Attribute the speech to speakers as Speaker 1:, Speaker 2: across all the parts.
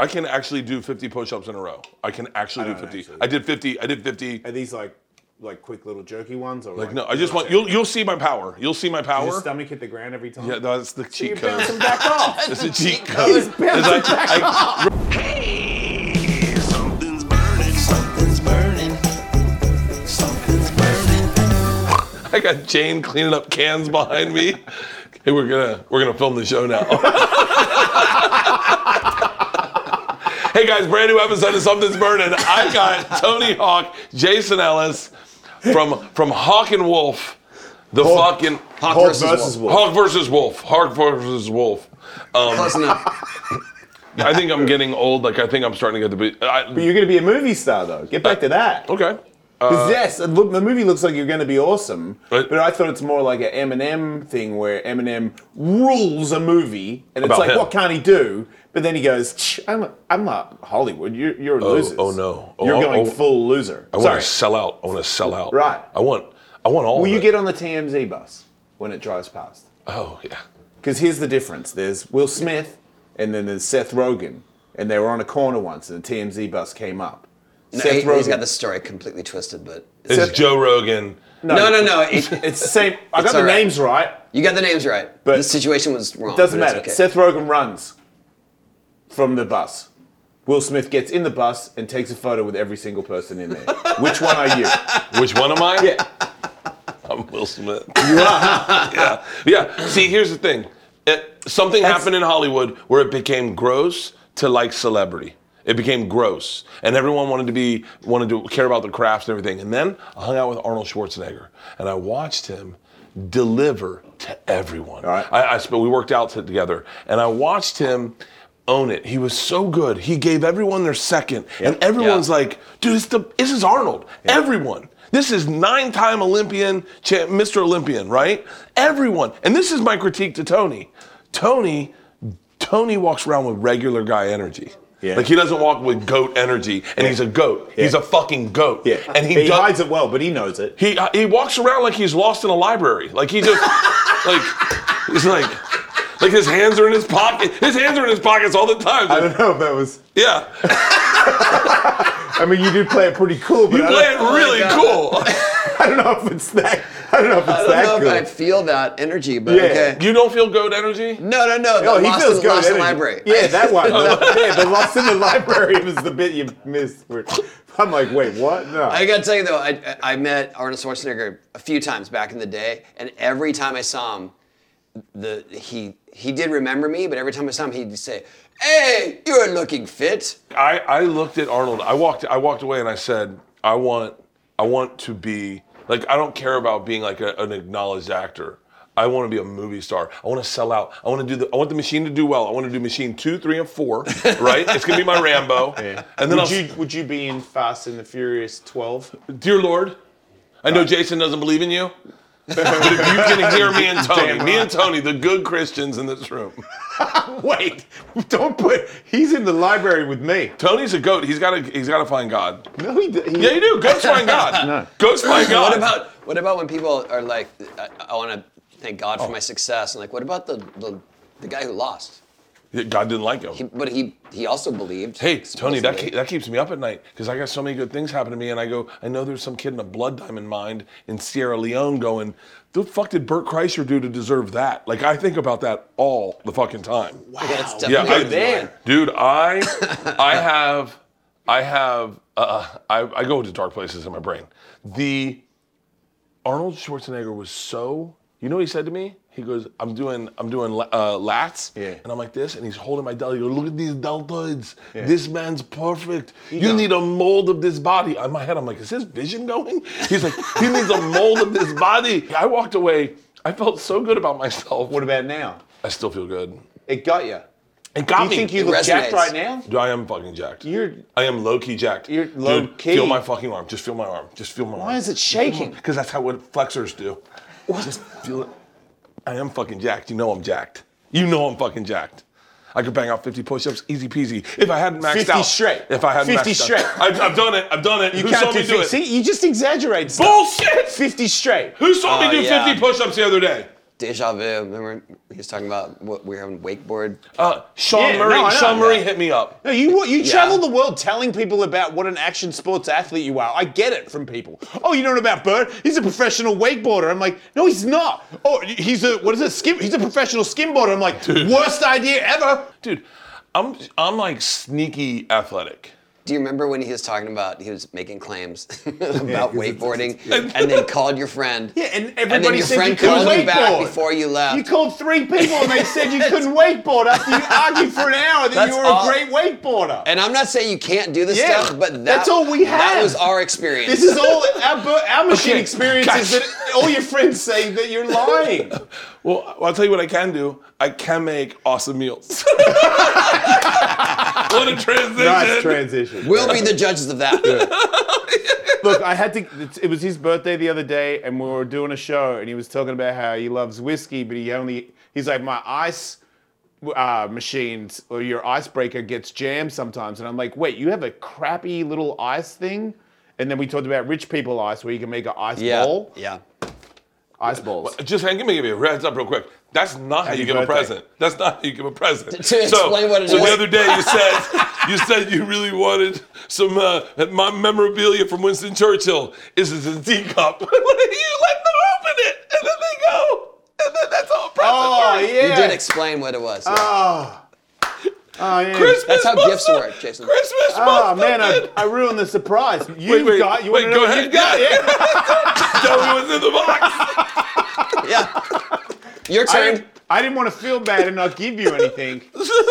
Speaker 1: I can actually do 50 push-ups in a row. I can actually do
Speaker 2: don't
Speaker 1: 50.
Speaker 2: actually.
Speaker 1: I did 50. I did 50.
Speaker 2: Are these like like quick little jerky ones or like,
Speaker 1: Like no, I just want you'll you'll see my power. You'll see my
Speaker 2: Does
Speaker 1: power.
Speaker 2: his stomach hit the ground every time?
Speaker 1: Yeah, that's the
Speaker 2: You're
Speaker 1: cheat
Speaker 2: bouncing
Speaker 1: code.
Speaker 2: back off.
Speaker 1: It's a cheat code. It's like- I-
Speaker 3: Hey, something's burning, something's burning, something's burning.
Speaker 1: I got Jane cleaning up cans behind me. Hey, we're gonna we're gonna film the show now. hey guys, brand new episode of Something's Burning. I got Tony Hawk, Jason Ellis from from Hawk and Wolf. The
Speaker 4: Hawk-
Speaker 1: fucking
Speaker 4: Hawk
Speaker 1: Hawk
Speaker 4: versus
Speaker 1: versus
Speaker 4: Wolf.
Speaker 1: Hawk versus Wolf. Hawk versus Wolf. Um,
Speaker 4: Close enough.
Speaker 1: I think I'm getting old. Like I think I'm starting to get to be.
Speaker 2: But
Speaker 1: I,
Speaker 2: you're going to be a movie star though. Get back to that.
Speaker 1: Uh, okay. Uh,
Speaker 2: 'Cause yes, it look, the movie looks like you're going to be awesome.
Speaker 1: Right.
Speaker 2: But I thought it's more like an Eminem thing where Eminem rules a movie, and it's
Speaker 1: About
Speaker 2: like,
Speaker 1: him.
Speaker 2: what can't he do? But then he goes, "Tch, I'm, I'm not Hollywood. You're, you're
Speaker 1: Oh,
Speaker 2: losers.
Speaker 1: oh, no. Oh,
Speaker 2: you're
Speaker 1: I-
Speaker 2: going
Speaker 1: I-
Speaker 2: full loser.
Speaker 1: I
Speaker 2: Sorry.
Speaker 1: want to sell out. I want to sell out.
Speaker 2: Right.
Speaker 1: I want. I want all.
Speaker 2: Will
Speaker 1: of
Speaker 2: you
Speaker 1: it.
Speaker 2: get on the TMZ bus when it drives past?
Speaker 1: Oh yeah.
Speaker 2: Because here's the difference: there's Will Smith, and then there's Seth Rogen, and they were on a corner once, and the TMZ bus came up.
Speaker 4: No,
Speaker 2: Seth
Speaker 4: he,
Speaker 2: Rogen.
Speaker 4: has got the story completely twisted, but
Speaker 1: It's Joe Rogan.
Speaker 4: no, no, no. it-
Speaker 2: It's the same. I got
Speaker 4: It's
Speaker 2: the
Speaker 4: all right.
Speaker 2: names right.
Speaker 4: you got the names right.
Speaker 2: But-
Speaker 4: the situation was wrong.
Speaker 2: Doesn't
Speaker 4: but it's
Speaker 2: matter.
Speaker 4: okay.
Speaker 2: Seth Rogen runs from the bus. Will Smith gets in the bus and takes a photo with every single person in there. Which one are you?
Speaker 1: Which one am I?
Speaker 2: Yeah.
Speaker 1: I'm Will Smith. yeah. Yeah. See, here's the thing. It, something happened in Hollywood where it became gross to like celebrity. It became gross, and everyone wanted to be wanted to care about the crafts and everything. And then I hung out with Arnold Schwarzenegger, and I watched him deliver to everyone.
Speaker 2: right.
Speaker 1: I, I sp- we worked out t- together, and I watched him own it. He was so good. He gave everyone their second, and everyone's
Speaker 4: Yeah.
Speaker 1: like, "Dude, it's the, this is Arnold. Everyone. This is nine-time Olympian, cha- Mr. Olympian, right? Everyone. And this is my critique to Tony. Tony, Tony walks around with regular guy energy."
Speaker 2: Yeah.
Speaker 1: Like he doesn't walk with goat energy, and he's a goat. He's
Speaker 2: Yeah.
Speaker 1: a fucking goat.
Speaker 2: Yeah.
Speaker 1: And he,
Speaker 2: But he
Speaker 1: does-
Speaker 2: hides it well, but he knows it.
Speaker 1: he uh, he walks around like he's lost in a library. Like he just like he's like like his hands are in his pocket. His hands are in his pockets all the time.
Speaker 2: I don't know if that was.
Speaker 1: yeah,
Speaker 2: I mean, you did play it pretty cool, but
Speaker 1: you
Speaker 2: I,
Speaker 1: play it
Speaker 2: don't,
Speaker 1: really cool.
Speaker 2: I don't know if it's that. I don't know if it's
Speaker 4: I
Speaker 2: that
Speaker 4: don't know
Speaker 2: good.
Speaker 4: if I feel that energy, but
Speaker 2: Yeah.
Speaker 4: okay.
Speaker 1: you don't feel goat energy.
Speaker 4: No, no, no.
Speaker 2: No,
Speaker 4: the
Speaker 2: Oh, he
Speaker 4: Lost
Speaker 2: feels
Speaker 4: in,
Speaker 2: good.
Speaker 4: Lost in
Speaker 2: energy.
Speaker 4: Library.
Speaker 2: Yeah, that one. yeah, the lost in the library was the bit you missed. where- I'm like, wait, what? No.
Speaker 4: I gotta tell you though, I, I met Arnold Schwarzenegger a few times back in the day, and every time I saw him, the he he did remember me, but every time I saw him, he'd say, "Hey, you're looking fit."
Speaker 1: I, I looked at Arnold. I walked I walked away and I said, I want I want to be like I don't care about being like a, an acknowledged actor. I want to be a movie star. I want to sell out. I want to do the I want the machine to do well. I want to do machine two, three, and four. Right? it's gonna be my Rambo. And then
Speaker 2: would
Speaker 1: I'll
Speaker 2: you would you be in Fast and the Furious 12?
Speaker 1: Dear Lord, I
Speaker 2: Uh,
Speaker 1: know Jason doesn't believe in you. but if you can hear me and Tony, me and Tony, the good Christians in this room.
Speaker 2: Wait, don't put. He's in the library with me.
Speaker 1: Tony's a goat. He's gotta he's gotta find God.
Speaker 2: No, he. d- he
Speaker 1: Yeah, you do. Goats find God.
Speaker 2: No.
Speaker 1: Goats find God.
Speaker 4: What about what about when people are like, "I, I want to thank God
Speaker 1: Oh.
Speaker 4: for my success," and like, what about the the, the guy who lost?
Speaker 1: Yeah, God didn't like him.
Speaker 4: He, but he he also believed.
Speaker 1: hey, Tony, that,
Speaker 4: supposedly.
Speaker 1: ke- that keeps me up at night because I got so many good things happen to me, and I go, I know there's some kid in a blood diamond mine in Sierra Leone going, the fuck did Bert Kreischer do to deserve that? Like, I think about that all the fucking time.
Speaker 4: That's
Speaker 1: Yeah,
Speaker 4: definitely
Speaker 1: I,
Speaker 4: a good line.
Speaker 1: dude, I, I have, I have, uh, I, I go to dark places in my brain. The Arnold Schwarzenegger was so, you know, what he said to me, he goes, "I'm doing, I'm doing uh, lats,"
Speaker 2: Yeah.
Speaker 1: and I'm like this, and he's holding my deltoid. He goes, Look at these deltoids.
Speaker 2: Yeah.
Speaker 1: This man's perfect. you
Speaker 2: done.
Speaker 1: need a mold of this body. In my head, I'm like, is his vision going? He's like, he needs a mold of this body. I walked away. I felt so good about myself.
Speaker 2: What about now?
Speaker 1: I still feel good.
Speaker 2: It got you.
Speaker 1: It got
Speaker 2: Do you
Speaker 1: me.
Speaker 2: think you
Speaker 4: It
Speaker 2: look jacked
Speaker 4: resonates.
Speaker 2: right now?
Speaker 1: Dude, I am fucking jacked.
Speaker 2: You're-
Speaker 1: I am low key jacked.
Speaker 2: You're
Speaker 1: Dude,
Speaker 2: low-key?
Speaker 1: Feel my fucking arm. Just feel my arm. Just feel my arm.
Speaker 2: Why is it shaking?
Speaker 1: Because that's how what flexors do. What? Just feel it. I am fucking jacked. You know I'm jacked. You know I'm fucking jacked. I could bang out 50 push-ups, easy peasy. If I hadn't maxed
Speaker 2: 50
Speaker 1: out.
Speaker 2: straight.
Speaker 1: If I hadn't
Speaker 2: 50
Speaker 1: maxed
Speaker 2: straight.
Speaker 1: out. I've, I've done it. I've done it.
Speaker 2: You
Speaker 1: Who
Speaker 2: can't
Speaker 1: saw
Speaker 2: do
Speaker 1: me do
Speaker 2: fif-
Speaker 1: it?
Speaker 2: See, you just exaggerate stuff.
Speaker 1: Bullshit!
Speaker 2: 50 straight.
Speaker 1: Who saw
Speaker 4: Oh,
Speaker 1: me do
Speaker 4: yeah.
Speaker 1: 50 push-ups the other day?
Speaker 4: Deja vu. Remember he was talking about what we were having wakeboard.
Speaker 1: Uh, Sean
Speaker 2: Yeah,
Speaker 1: Murray.
Speaker 2: no, I know.
Speaker 1: Sean Murray
Speaker 4: Yeah.
Speaker 1: hit me up.
Speaker 2: No, you you
Speaker 4: Yeah.
Speaker 2: travel the world telling people about what an action sports athlete you are. I get it from people. Oh, you know about Bird? He's a professional wakeboarder. I'm like, no, he's not. Oh, he's a what is it? Skim? He's a professional skimboarder. I'm like, worst idea ever.
Speaker 1: Dude, I'm I'm like sneaky athletic.
Speaker 4: Do you remember when he was talking about he was making claims about wakeboarding and then called your friend?
Speaker 2: Yeah, and
Speaker 4: and then
Speaker 2: everybody
Speaker 4: your
Speaker 2: said you
Speaker 4: friend
Speaker 2: couldn't
Speaker 4: called you back
Speaker 2: wakeboard.
Speaker 4: before you left.
Speaker 2: You called three people and they said you couldn't wakeboard after you argued for an hour that
Speaker 4: That's
Speaker 2: you were
Speaker 4: all-
Speaker 2: a great wakeboarder.
Speaker 4: and I'm not saying you can't do this
Speaker 2: Yeah,
Speaker 4: stuff, but that,
Speaker 2: that's all we
Speaker 4: That
Speaker 2: have.
Speaker 4: was our experience.
Speaker 2: this is all our, Bert- our machine
Speaker 1: Okay,
Speaker 2: experience
Speaker 1: guys.
Speaker 2: is that all your friends say that you're lying.
Speaker 1: Well, I- I'll tell you what I can do. I can make awesome meals. what a transition.
Speaker 2: transition.
Speaker 4: we'll be the judges of that.
Speaker 2: Look, I had to. It was his birthday the other day, and we were doing a show, and he was talking about how he loves whiskey, but he only. He's like my ice uh, machines or your icebreaker gets jammed sometimes, and I'm like, wait, you have a crappy little ice thing. And then we talked about rich people ice, where you can make an ice
Speaker 4: Yeah.
Speaker 2: ball,
Speaker 4: Yeah.
Speaker 2: ice balls.
Speaker 1: Just hang, give me, give me a heads up real quick. That's not how
Speaker 2: Happy
Speaker 1: you give
Speaker 2: birthday.
Speaker 1: a present. That's not how you give a present.
Speaker 4: To- to explain what it
Speaker 1: so
Speaker 4: is.
Speaker 1: the other day you said you said you really wanted some uh, my memorabilia from Winston Churchill. Is it a tea cup? you let them open it, and then they go, and then that's all a present.
Speaker 2: Oh
Speaker 1: works.
Speaker 2: yeah.
Speaker 4: You did explain what it was. yeah.
Speaker 2: Oh. Oh, yeah.
Speaker 1: Christmas
Speaker 4: That's how
Speaker 1: must
Speaker 4: gifts
Speaker 1: have-
Speaker 4: work, Jason.
Speaker 1: Christmas.
Speaker 2: Oh
Speaker 1: must have
Speaker 2: man, I,
Speaker 1: been-
Speaker 2: I ruined the surprise. You've
Speaker 1: wait,
Speaker 2: got. You
Speaker 1: wait,
Speaker 2: wanna
Speaker 1: go
Speaker 2: know what
Speaker 1: ahead.
Speaker 2: you've got?
Speaker 1: Yeah.
Speaker 2: Yeah.
Speaker 1: Tell me what's in the box.
Speaker 4: yeah. Your
Speaker 2: I
Speaker 4: turn.
Speaker 2: didn't, I didn't want to feel bad and not give you anything,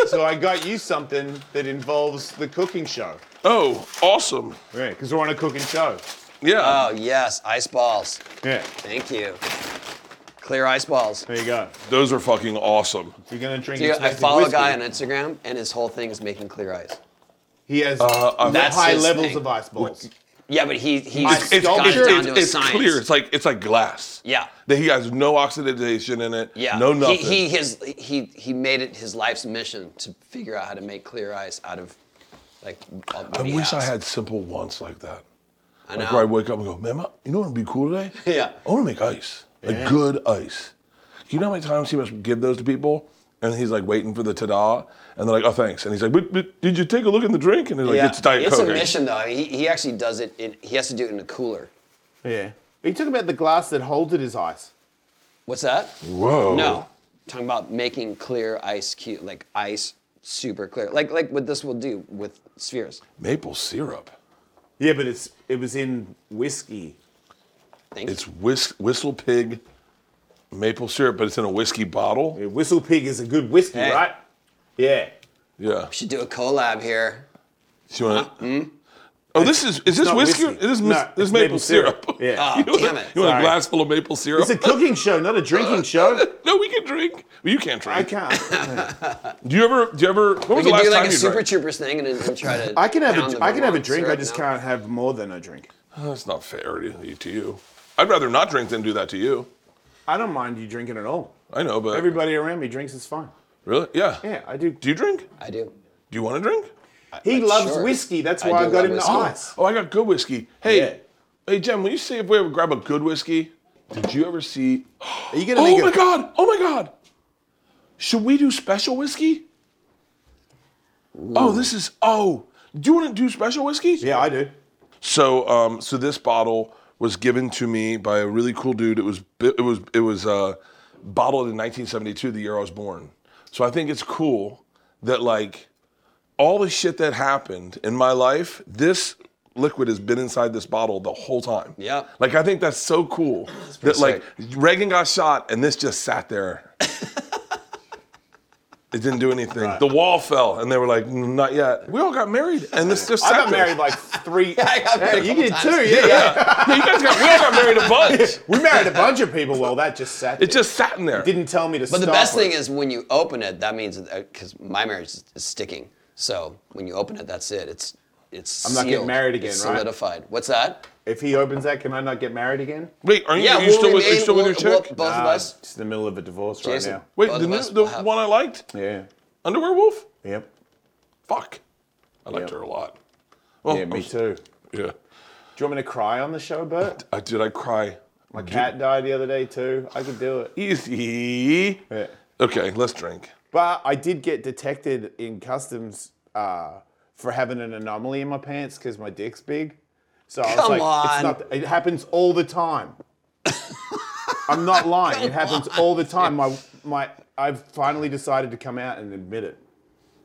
Speaker 2: so I got you something that involves the cooking show.
Speaker 1: Oh, awesome.
Speaker 2: Yeah, because we're on a cooking show.
Speaker 1: Yeah.
Speaker 4: Oh yes, ice balls.
Speaker 2: Yeah,
Speaker 4: Thank you. Clear ice balls.
Speaker 2: there you go.
Speaker 1: Those are fucking awesome.
Speaker 2: You're gonna drink.
Speaker 4: Do you- I
Speaker 2: expensive
Speaker 4: follow
Speaker 2: whiskey.
Speaker 4: a guy on Instagram, and his whole thing is making clear ice.
Speaker 2: He has
Speaker 1: I've-
Speaker 4: That's
Speaker 2: high
Speaker 4: his
Speaker 2: levels
Speaker 4: thing.
Speaker 2: of ice balls.
Speaker 4: Yeah, but he he's
Speaker 2: It's- it's-
Speaker 4: gone
Speaker 2: it's-
Speaker 4: down
Speaker 2: it's-
Speaker 4: to a
Speaker 1: it's
Speaker 4: science.
Speaker 1: clear. It's like it's like glass.
Speaker 4: Yeah.
Speaker 1: That he has no oxidation in it.
Speaker 4: Yeah.
Speaker 1: No nothing.
Speaker 4: He, he has he he made it his life's mission to figure out how to make clear ice out of like. all- what
Speaker 1: I
Speaker 4: he
Speaker 1: wish I
Speaker 4: has.
Speaker 1: had simple wants like that.
Speaker 4: I
Speaker 1: Like
Speaker 4: know.
Speaker 1: where I wake up and go, man, ma- you know what would be cool today?
Speaker 4: Yeah.
Speaker 1: I want to make ice. Like good ice. You know how many times he must give those to people? And he's like waiting for the ta-da, and they're like, "Oh, thanks." And he's like, "But, but did you take a look in the drink?" And he's like,
Speaker 4: Yeah.
Speaker 1: "It's diet
Speaker 4: It's
Speaker 1: coke."
Speaker 4: a mission though. He, he actually does it. In, he has to do it in a cooler.
Speaker 2: Yeah. Are you talking about the glass that holds it as ice?
Speaker 4: What's that?
Speaker 2: Oh.
Speaker 1: Whoa.
Speaker 4: No. Talking about making clear ice cute, like ice super clear, like like what this will do with spheres.
Speaker 1: Maple syrup.
Speaker 2: Yeah, but it's it was in whiskey.
Speaker 4: Thanks.
Speaker 1: It's whis- whistle pig maple syrup, but it's in a whiskey bottle.
Speaker 2: Yeah, Whistle Pig is a good whiskey,
Speaker 4: Hey.
Speaker 2: right? Yeah.
Speaker 1: Yeah.
Speaker 4: should do a collab here.
Speaker 1: So you want Oh, this is is this
Speaker 2: not
Speaker 1: whiskey? Or
Speaker 2: whiskey.
Speaker 1: this is
Speaker 2: No,
Speaker 1: mis-
Speaker 2: it's
Speaker 1: this is maple,
Speaker 2: maple
Speaker 1: syrup.
Speaker 2: syrup. Yeah.
Speaker 4: Oh,
Speaker 1: you want,
Speaker 4: damn
Speaker 1: a-
Speaker 4: it.
Speaker 1: You want a
Speaker 2: Sorry.
Speaker 1: glass full of maple syrup?
Speaker 2: It's a cooking show, not a drinking show.
Speaker 1: no, we can drink. Well, you can't drink.
Speaker 2: I can't.
Speaker 1: Do you ever? Do you ever? When was
Speaker 4: We
Speaker 1: the
Speaker 4: could
Speaker 1: last time
Speaker 4: do like a
Speaker 1: you
Speaker 4: Super
Speaker 1: drank?
Speaker 4: Troopers thing and, and try to.
Speaker 2: I can have
Speaker 4: pound
Speaker 2: a,
Speaker 4: the
Speaker 2: I can have a
Speaker 4: Vermont
Speaker 2: drink. I
Speaker 4: syrup
Speaker 2: just
Speaker 4: now.
Speaker 2: can't have more than a drink.
Speaker 1: Oh, That's not fair to, to you. I'd rather not drink than do that to you.
Speaker 2: I don't mind you drinking at all.
Speaker 1: I know, but
Speaker 2: Everybody around me drinks, it's fine.
Speaker 1: really, yeah.
Speaker 2: Yeah, I do.
Speaker 1: Do you drink?
Speaker 4: I do.
Speaker 1: Do you want to drink?
Speaker 2: He
Speaker 4: Like,
Speaker 2: loves
Speaker 4: sure.
Speaker 2: whiskey. That's
Speaker 4: I
Speaker 2: why I,
Speaker 4: do
Speaker 2: got
Speaker 4: love
Speaker 2: him the
Speaker 4: whiskey.
Speaker 2: ice.
Speaker 1: Oh, I got good whiskey. Hey,
Speaker 2: Yeah.
Speaker 1: hey, Jem, will you see if we ever grab a good whiskey? Did you ever see?
Speaker 2: Are you gonna
Speaker 1: Oh
Speaker 2: make
Speaker 1: my
Speaker 2: a-
Speaker 1: god! Oh my god! Should we do special whiskey? Oh, this is oh. Do you want to do special whiskey?
Speaker 2: Yeah, I do.
Speaker 1: So, um, so this bottle was given to me by a really cool dude. It was bi- it was it was uh, bottled in 1972, the year I was born. So I think it's cool that like all the shit that happened in my life, this liquid has been inside this bottle the whole time.
Speaker 4: Yep.
Speaker 1: Like I think that's so cool that like Reagan got shot and this just sat there. It didn't do anything. The wall fell, and they were like, "Mm, "Not yet." We all got married, and this just
Speaker 2: I got
Speaker 1: happened.
Speaker 2: married like three.
Speaker 4: I got married a
Speaker 2: you
Speaker 4: couple
Speaker 2: did
Speaker 4: times.
Speaker 2: too, yeah.
Speaker 1: Yeah, you guys got we all got married a bunch.
Speaker 2: We married a bunch of people. Well, that just sat.
Speaker 1: It
Speaker 2: there.
Speaker 1: just sat in there.
Speaker 2: didn't tell me to
Speaker 4: But the best thing is when you open it, that means because my marriage is, is sticking. So when you open it, that's it. It's it's.
Speaker 2: I'm not getting
Speaker 4: sealed.
Speaker 2: married
Speaker 4: It's
Speaker 2: again, right?
Speaker 4: Solidified. What's that?
Speaker 2: if he opens that, can I not get married again?
Speaker 1: Wait, are you,
Speaker 4: Yeah,
Speaker 1: are you
Speaker 4: we'll
Speaker 1: still with, are you
Speaker 4: remain-
Speaker 1: still with
Speaker 4: we'll-
Speaker 1: your
Speaker 4: we'll-
Speaker 1: chick?
Speaker 4: both of
Speaker 2: Ah,
Speaker 4: us.
Speaker 2: it's in the middle of a divorce
Speaker 4: Jason.
Speaker 2: right
Speaker 1: Wait,
Speaker 4: both
Speaker 1: the,
Speaker 4: of
Speaker 1: new,
Speaker 4: us
Speaker 1: the
Speaker 4: will have-
Speaker 1: one I liked,
Speaker 2: now. Yeah.
Speaker 1: Underwear Wolf.
Speaker 2: Yep.
Speaker 1: Fuck, I liked
Speaker 2: Yeah.
Speaker 1: her a lot. Well,
Speaker 2: Yeah, me
Speaker 1: I'm-
Speaker 2: too.
Speaker 1: Yeah,
Speaker 2: Do you want me to cry on the show, Bert?
Speaker 1: I did. I cry.
Speaker 2: My cat died the other day too. I could do it.
Speaker 1: Easy.
Speaker 2: Yeah.
Speaker 1: Okay, let's drink.
Speaker 2: But I did get detected in customs uh, for having an anomaly in my pants because my dick's big. So I was
Speaker 4: Come
Speaker 2: like,
Speaker 4: on.
Speaker 2: It's not it happens all the time. I'm not lying. it happens all the time. My my I've finally decided to come out and admit it.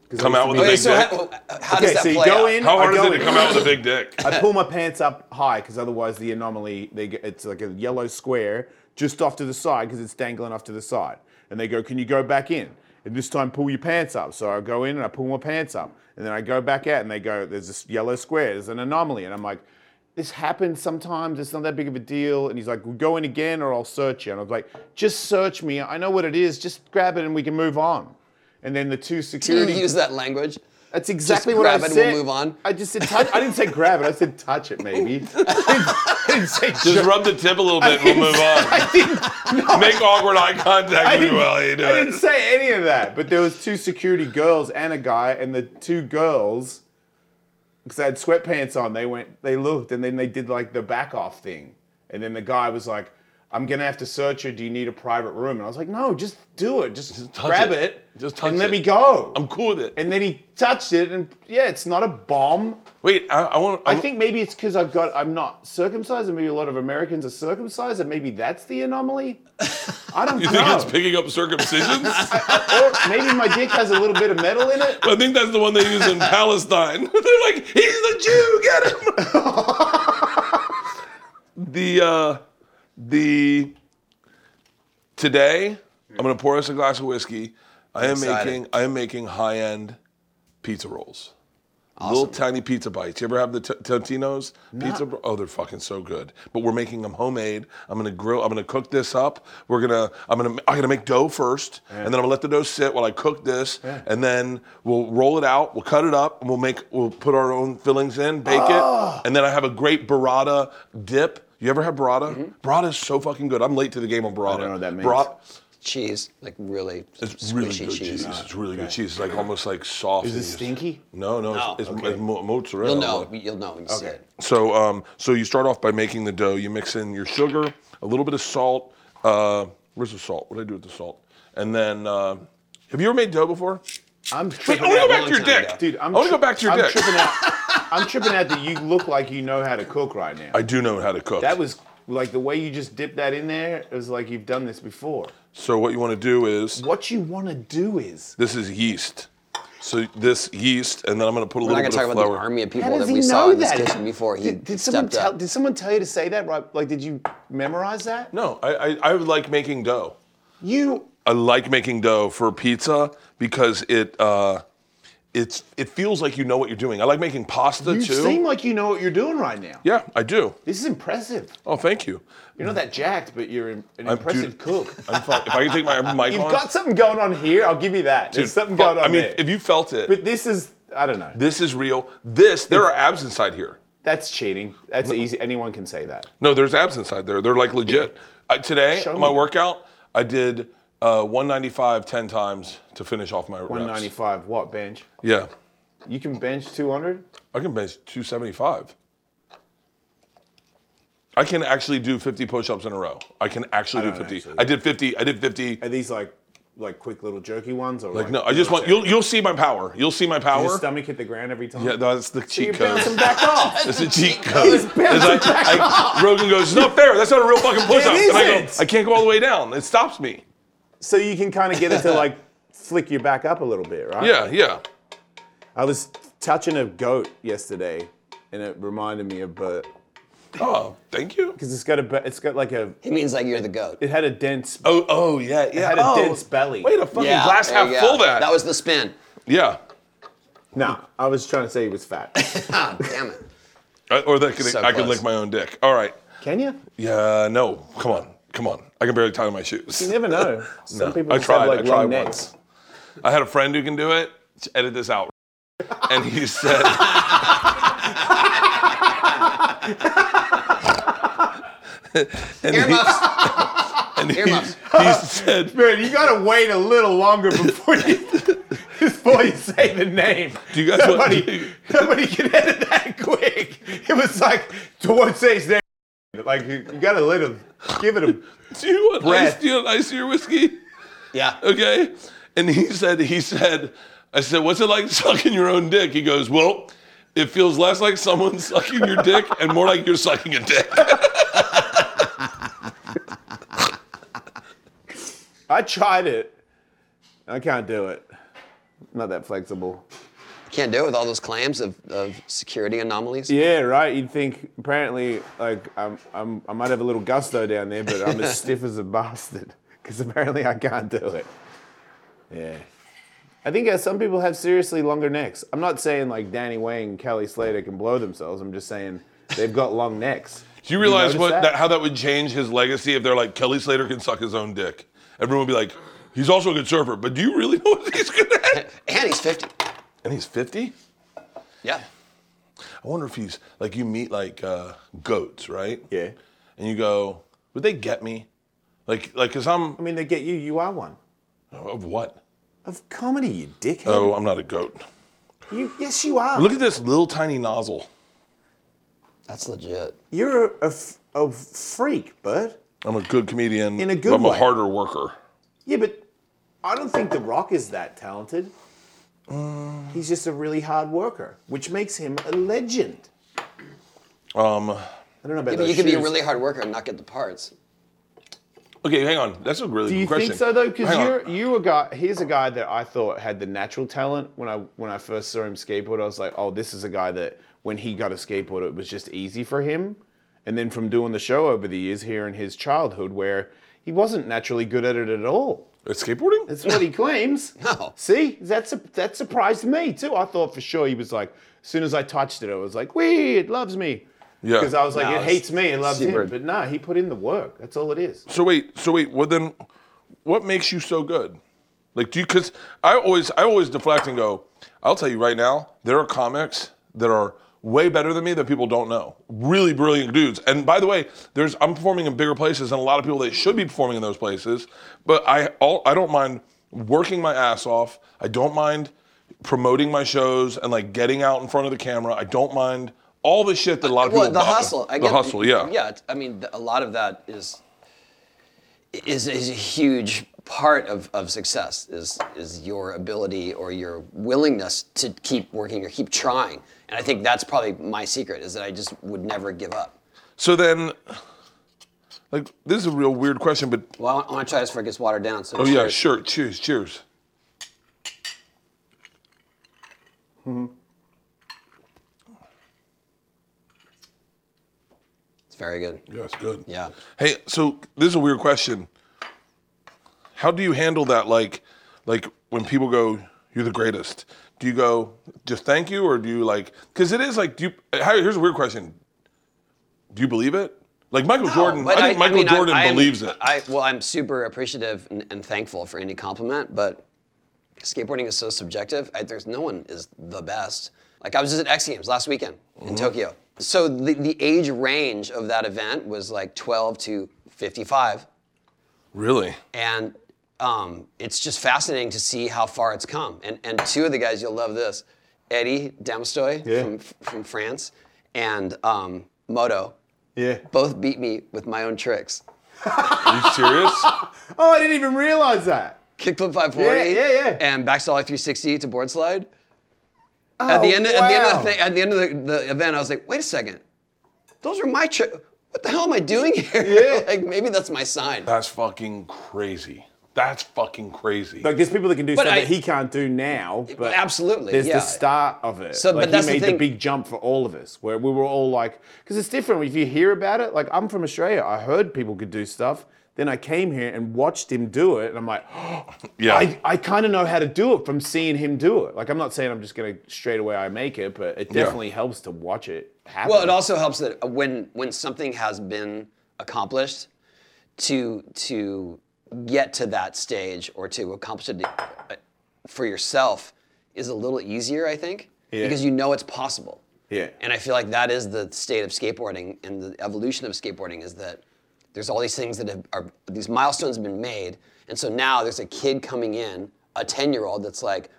Speaker 2: 'Cause I
Speaker 1: Come
Speaker 2: used
Speaker 1: out
Speaker 2: to
Speaker 1: with a
Speaker 2: be-
Speaker 4: Okay,
Speaker 1: big
Speaker 4: so
Speaker 1: dick.
Speaker 4: how, how
Speaker 2: Okay,
Speaker 4: does that
Speaker 2: so you
Speaker 4: play
Speaker 2: go
Speaker 4: out?
Speaker 2: in.
Speaker 1: How
Speaker 2: I
Speaker 1: hard is
Speaker 2: go
Speaker 1: it to
Speaker 2: in-
Speaker 1: come out with a big dick?
Speaker 2: I pull my pants up high because otherwise the anomaly they get, it's like a yellow square just off to the side because it's dangling off to the side. And they go, "Can you go back in?" And this time, pull your pants up. So I go in and I pull my pants up, and then I go back out, and they go, "There's this yellow square. There's an anomaly." And I'm like, "This happens sometimes. It's not that big of a deal." And he's like, "Well, go in again, or I'll search you." And I was like, "Just search me. I know what it is. Just grab it, and we can move on." And then the two
Speaker 4: Do you
Speaker 2: security
Speaker 4: use that language?
Speaker 2: that's exactly
Speaker 4: Just
Speaker 2: what I
Speaker 4: grab it and
Speaker 2: said.
Speaker 4: we'll move on?
Speaker 2: I just said touch. I didn't say grab it. I said touch it, maybe. I didn't, I didn't say
Speaker 1: Just
Speaker 2: jerk-
Speaker 1: rub the tip a little bit and we'll move on.
Speaker 2: I didn't, no,
Speaker 1: Make awkward eye
Speaker 2: I
Speaker 1: contact with
Speaker 2: didn't,
Speaker 1: you while you do
Speaker 2: I didn't
Speaker 1: it.
Speaker 2: say any of that. But there was two security girls and a guy, and the two girls, because I had sweatpants on, they went, they looked, and then they did like the back off thing, and then the guy was like, "I'm gonna have to search you. Do you need a private room?" And I was like, "No, just do it. Just,
Speaker 1: touch
Speaker 2: grab
Speaker 1: it.
Speaker 2: it.
Speaker 1: Just touch
Speaker 2: and let
Speaker 1: it.
Speaker 2: me go."
Speaker 1: I'm cool with it.
Speaker 2: and then he touched it, and yeah, it's not a bomb.
Speaker 1: Wait, I, I want.
Speaker 2: I think maybe it's because I've got I'm not circumcised, and maybe a lot of Americans are circumcised, and maybe that's the anomaly. I don't
Speaker 1: You
Speaker 2: know.
Speaker 1: think it's picking up circumcisions?
Speaker 2: or maybe my dick has a little bit of metal in it.
Speaker 1: I think that's the one they use in Palestine. They're like, he's a Jew, get him. the uh, the today, I'm gonna pour us a glass of whiskey. I am
Speaker 4: excited.
Speaker 1: making I am making high end pizza rolls. Little tiny pizza bites. You ever have the t- Totino's pizza? bro- Oh, they're fucking so good. But we're making them homemade. I'm gonna grill. I'm gonna cook this up. We're gonna. I'm gonna. I'm gonna make dough first, and then I'm gonna let the dough sit while I cook this, and then we'll roll it out. We'll cut it up, and we'll make. We'll put our own fillings in, bake
Speaker 2: Ah.
Speaker 1: it, and then I have a great burrata dip. You ever have burrata? Burrata is so fucking good. I'm late to the game on burrata.
Speaker 2: Mm-hmm. know what that means.
Speaker 1: Burrata,
Speaker 4: Cheese, like really
Speaker 1: it's
Speaker 4: squishy
Speaker 1: really good cheese.
Speaker 4: cheese.
Speaker 1: It's really good cheese. It's like almost like soft.
Speaker 2: Is it
Speaker 1: and just-
Speaker 2: stinky?
Speaker 1: No, no, it's, it's, it's mo- mozzarella.
Speaker 4: You'll know. You'll know when you see it.
Speaker 1: So, um, so you start off by making the dough. You mix in your sugar, a little bit of salt. Uh, where's the salt? What do I do with the salt? And then, uh, have you ever made dough before?
Speaker 2: I'm
Speaker 1: Wait,
Speaker 2: tripping
Speaker 1: I want to go
Speaker 2: out.
Speaker 1: back to your
Speaker 4: time
Speaker 1: dick,
Speaker 4: ago.
Speaker 2: Dude, I'm
Speaker 1: I want to
Speaker 2: tri-
Speaker 1: go back to your
Speaker 2: I'm
Speaker 1: dick.
Speaker 2: Tripping out. I'm tripping out that you look like you know how to cook right now.
Speaker 1: I do know how to cook.
Speaker 2: that was like the way you just dipped that in there. It was like you've done this before.
Speaker 1: so. What you want to do is
Speaker 2: What you want to do is
Speaker 1: this is yeast. So this yeast, and then I'm going to put a
Speaker 4: We're
Speaker 1: little
Speaker 4: not
Speaker 1: bit
Speaker 4: gonna talk
Speaker 1: of
Speaker 4: about
Speaker 1: flour.
Speaker 4: the army
Speaker 2: how
Speaker 4: of people
Speaker 2: does
Speaker 4: that
Speaker 2: he
Speaker 4: we saw
Speaker 2: know
Speaker 4: in this
Speaker 2: that?
Speaker 4: kitchen before he
Speaker 2: did, did someone
Speaker 4: stepped
Speaker 2: tell?
Speaker 4: up.
Speaker 2: Did someone tell you to say that? Right? Like, did you memorize that?
Speaker 1: No, I, I I like making dough.
Speaker 2: You
Speaker 1: I like making dough for pizza because it uh, it's it feels like you know what you're doing. I like making pasta
Speaker 2: You
Speaker 1: too.
Speaker 2: seem like you know what you're doing right now.
Speaker 1: yeah, I do.
Speaker 2: This is impressive.
Speaker 1: Oh, thank you.
Speaker 2: You're not that jacked, but you're an an impressive
Speaker 1: dude,
Speaker 2: cook.
Speaker 1: I'm fine. If I can take my mic
Speaker 2: You've
Speaker 1: off.
Speaker 2: got something going on here. I'll give you that. There's something going on
Speaker 1: I mean,
Speaker 2: there.
Speaker 1: if you felt it,
Speaker 2: but this is, I don't know.
Speaker 1: this is real. This, there are abs inside here.
Speaker 2: That's cheating. That's easy. Anyone can say that.
Speaker 1: No, there's abs inside there. They're like legit. I, today,
Speaker 2: Show
Speaker 1: my
Speaker 2: me.
Speaker 1: workout, I did uh, 195 10 times to finish off my reps.
Speaker 2: 195 what bench?
Speaker 1: Yeah.
Speaker 2: You can bench 200.
Speaker 1: I can bench 275. I can actually do 50 push-ups in a row. I can actually do
Speaker 2: don't
Speaker 1: 50.
Speaker 2: actually.
Speaker 1: I did 50. I did 50.
Speaker 2: Are these like, like quick little jerky ones or
Speaker 1: Like no, I just want you'll you'll see my power. You'll see my
Speaker 2: Does your
Speaker 1: power.
Speaker 2: stomach hit the ground every time.
Speaker 1: Yeah, that's the
Speaker 2: You're
Speaker 1: cheat code.
Speaker 2: bouncing back off.
Speaker 1: It's a cheat code.
Speaker 2: He's bouncing
Speaker 1: It's like-
Speaker 2: back
Speaker 1: I- Rogan goes, it's not fair. That's not a real fucking push-up.
Speaker 2: It
Speaker 1: And I go,
Speaker 2: isn't.
Speaker 1: I can't go all the way down. It stops me.
Speaker 2: So you can kind of get it to like flick you back up a little bit, right?
Speaker 1: Yeah, yeah.
Speaker 2: I was touching a goat yesterday, and it reminded me of Bert.
Speaker 1: Oh, thank you.
Speaker 2: because it's got a be- it's got like a
Speaker 4: It means like you're the goat.
Speaker 2: it had a dense.
Speaker 1: Oh, oh yeah, yeah.
Speaker 2: had a
Speaker 1: oh,
Speaker 2: dense belly.
Speaker 1: Wait a fucking
Speaker 4: Yeah,
Speaker 1: glass
Speaker 4: there
Speaker 1: half
Speaker 4: you go.
Speaker 1: full. That
Speaker 4: That was the spin.
Speaker 1: yeah.
Speaker 2: No, I was trying to say he was fat.
Speaker 4: Ah, damn it.
Speaker 1: Uh, Or that could,
Speaker 4: So
Speaker 1: I could
Speaker 4: close.
Speaker 1: lick my own dick. All right.
Speaker 2: Can you?
Speaker 1: Yeah. No. Come on. Come on. I can barely tie my shoes.
Speaker 2: You never know. Some
Speaker 1: No,
Speaker 2: people
Speaker 1: I
Speaker 2: just have
Speaker 1: tried,
Speaker 2: like
Speaker 1: I
Speaker 2: long
Speaker 1: tried
Speaker 2: necks.
Speaker 1: I had a friend who can do it. Edit this out. And he said. and he,
Speaker 4: Earmuffs.
Speaker 1: and he,
Speaker 4: Earmuffs.
Speaker 1: he said,
Speaker 2: Man, you gotta wait a little longer before you before you say the name.
Speaker 1: Do you guys want-
Speaker 2: nobody,
Speaker 1: do you-
Speaker 2: nobody can edit that quick. It was like don't say his name. Like you, you gotta let him give it a
Speaker 1: "Do you want
Speaker 2: Breath.
Speaker 1: ice? Do you want ice to your whiskey?"
Speaker 4: Yeah.
Speaker 1: okay? And he said, he said, I said, what's it like sucking your own dick? He goes, well, it feels less like someone sucking your dick and more like you're sucking a dick.
Speaker 2: I tried it. I can't do it. Not that flexible.
Speaker 4: Can't do it with all those claims of, of security anomalies.
Speaker 2: Yeah, right. You'd think apparently like I'm, I'm I might have a little gusto down there, but I'm as stiff as a bastard because apparently I can't do it. Yeah. I think uh, some people have seriously longer necks. I'm not saying like Danny Wang and Kelly Slater can blow themselves. I'm just saying they've got long necks.
Speaker 1: Do you realize
Speaker 2: notice
Speaker 1: what
Speaker 2: that?
Speaker 1: that? how that would change his legacy if they're like Kelly Slater can suck his own dick? Everyone would be like, he's also a good surfer, but do you really know what he's good at?
Speaker 4: And he's 50.
Speaker 1: And he's 50?
Speaker 4: Yeah.
Speaker 1: I wonder if he's like you meet like uh, goats, right?
Speaker 2: Yeah.
Speaker 1: And you go, would they get me? Like, like, cause I'm
Speaker 2: I mean, they get you. You are one
Speaker 1: of what?
Speaker 2: of comedy, you dickhead.
Speaker 1: Oh, I'm not a goat.
Speaker 2: You, yes, you are.
Speaker 1: Look at this little tiny nozzle.
Speaker 4: That's legit.
Speaker 2: You're a, f- a freak, bud.
Speaker 1: I'm a good comedian.
Speaker 2: In a good
Speaker 1: but I'm
Speaker 2: way.
Speaker 1: a harder worker.
Speaker 2: Yeah, but I don't think The Rock is that talented. He's just a really hard worker, which makes him a legend.
Speaker 1: Um,
Speaker 2: I don't know about
Speaker 4: Yeah,
Speaker 2: yeah,
Speaker 4: but you can be a really hard worker and not get the parts.
Speaker 1: okay, hang on. That's a really
Speaker 2: Do you
Speaker 1: good question.
Speaker 2: think so though? Because
Speaker 1: Hang on.
Speaker 2: you're you a guy. He's a guy that I thought had the natural talent. When I when I first saw him skateboard, I was like, oh, this is a guy that when he got a skateboard, it was just easy for him. And then from doing the show over the years here in his childhood, where he wasn't naturally good at it at all.
Speaker 1: It's skateboarding?
Speaker 2: That's what he claims.
Speaker 4: No.
Speaker 2: See, that's a, that surprised me too. I thought for sure he was like, as soon as I touched it, I was like, "Wee, it loves me."
Speaker 1: Yeah.
Speaker 2: Because I was like,
Speaker 4: No,
Speaker 2: "It
Speaker 4: it's
Speaker 2: hates me, it loves
Speaker 4: super-
Speaker 2: him." But nah, he put in the work. That's all it is.
Speaker 1: so wait, so wait. Well then, what makes you so good? Like, do you? Because I always, I always deflect and go. I'll tell you right now, there are comics that are way better than me that people don't know. Really brilliant dudes. And by the way, there's I'm performing in bigger places and a lot of people that should be performing in those places. But I, all, I don't mind working my ass off. I don't mind promoting my shows and like getting out in front of the camera. I don't mind all the shit that a lot of
Speaker 4: Well,
Speaker 1: people
Speaker 4: the
Speaker 1: don't-
Speaker 4: hustle. I
Speaker 1: the
Speaker 4: get,
Speaker 1: hustle, yeah.
Speaker 4: Yeah. it's- I mean, th- a lot of that is is, is a huge part of, of success is is your ability or your willingness to keep working or keep trying. And I think that's probably my secret is that I just would never give up.
Speaker 1: So then, like, this is a real weird question, but
Speaker 4: Well, I want to try this before it gets watered down. So
Speaker 1: oh yeah, sure. Cheers, cheers.
Speaker 4: It's very good.
Speaker 1: Yeah, it's good.
Speaker 4: Yeah.
Speaker 1: Hey, so this is a weird question. How do you handle that? Like, like when people go, "You're the greatest." Do you go just thank you, or do you like? Because it is like, do you? How, here's a weird question. Do you believe it? Like Michael Jordan, I
Speaker 4: But
Speaker 1: think Michael
Speaker 4: mean,
Speaker 1: Jordan
Speaker 4: I am-
Speaker 1: believes it.
Speaker 4: I, well, I'm super appreciative and, and thankful for any compliment, but skateboarding is so subjective. I, there's no one is the best. Like I was just at X Games last weekend
Speaker 1: Mm-hmm.
Speaker 4: in Tokyo. So the, the age range of that event was like 12 to 55
Speaker 1: really?
Speaker 4: and um, it's just fascinating to see how far it's come. And and two of the guys, you'll love this, Eddie Damstoy
Speaker 2: Yeah.
Speaker 4: from from France, and um, Moto,
Speaker 2: Yeah.
Speaker 4: both beat me with my own tricks.
Speaker 1: Are you serious?
Speaker 2: Oh, I didn't even realize that.
Speaker 4: Kickflip 540,
Speaker 2: Yeah, yeah, yeah.
Speaker 4: and backstall 360 to board slide. at the end, at the end of the,
Speaker 2: Oh, wow.
Speaker 4: thing, at the end of the, the event, I was like, wait a second, those are my tricks. What the hell am I doing here?
Speaker 2: Yeah.
Speaker 4: like maybe that's my sign.
Speaker 1: That's fucking crazy. That's fucking crazy.
Speaker 2: Like there's people that can do
Speaker 4: But
Speaker 2: stuff
Speaker 4: I-
Speaker 2: that he can't do now. But
Speaker 4: absolutely,
Speaker 2: there's
Speaker 4: yeah.
Speaker 2: the start of it.
Speaker 4: So,
Speaker 2: like,
Speaker 4: but that's the
Speaker 2: he made
Speaker 4: thing-
Speaker 2: big jump for all of us, where we were all like, because it's different. If you hear about it, like I'm from Australia, I heard people could do stuff. Then I came here and watched him do it, and I'm like,
Speaker 1: yeah.
Speaker 2: I, I kind of know how to do it from seeing him do it. Like I'm not saying I'm just gonna straight away I make it, but it
Speaker 1: Yeah.
Speaker 2: definitely helps to watch it happen.
Speaker 4: Well, it also helps that when when something has been accomplished, to to get to that stage or to accomplish it uh, for yourself is a little easier, I think, because you know it's possible.
Speaker 2: Yeah.
Speaker 4: And I feel like that is the state of skateboarding and the evolution of skateboarding is that there's all these things that have, are these milestones have been made, and so now there's a kid coming in, a ten year old that's like,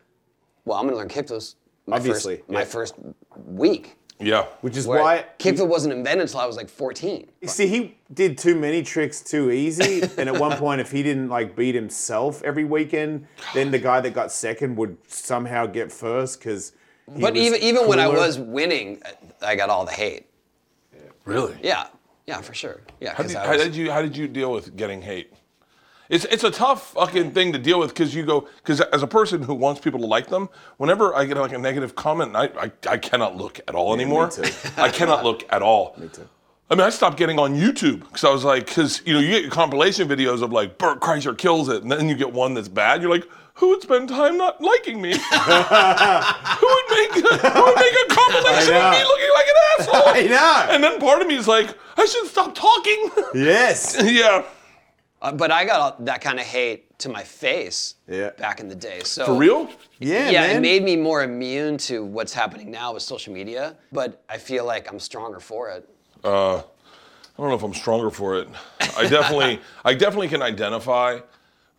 Speaker 4: well, I'm gonna learn kickflips. My
Speaker 2: Obviously,
Speaker 4: first, my
Speaker 2: yeah.
Speaker 4: first week.
Speaker 1: yeah.
Speaker 2: which is
Speaker 4: Where
Speaker 2: why
Speaker 4: kickflip wasn't invented until I was like 14.
Speaker 2: See, he did too many tricks too easy, and at one point, if he didn't like beat himself every weekend, then the guy that got second would somehow get first because.
Speaker 4: But even even when I was winning, I got all the hate.
Speaker 1: Really?
Speaker 4: Yeah, yeah, for sure. Yeah,
Speaker 1: How did,
Speaker 4: because
Speaker 1: how
Speaker 4: I was,
Speaker 1: did you how did you deal with getting hate? It's it's a tough fucking thing to deal with because you go because as a person who wants people to like them, whenever I get like a negative comment, I I, I cannot look at all anymore.
Speaker 2: too.
Speaker 1: I cannot look at all. Me too. I mean, I stopped getting on YouTube because I was like, because you know, you get your compilation videos of like Burt Kreischer kills it, and then you get one that's bad. You're like, who would spend time not liking me? who would make who would make a compilation
Speaker 2: I
Speaker 1: of
Speaker 2: know.
Speaker 1: me looking like an asshole?
Speaker 2: I know.
Speaker 1: And then part of me is like, I should stop talking.
Speaker 2: Yes.
Speaker 1: yeah.
Speaker 4: uh, but I got all, that kind of hate to my face
Speaker 2: Yeah.
Speaker 4: back in the day. So
Speaker 1: For real?
Speaker 2: Yeah,
Speaker 4: Yeah,
Speaker 2: man.
Speaker 4: it made me more immune to what's happening now with social media. But I feel like I'm stronger for it.
Speaker 1: Uh, I don't know if I'm stronger for it. I definitely, I definitely can identify,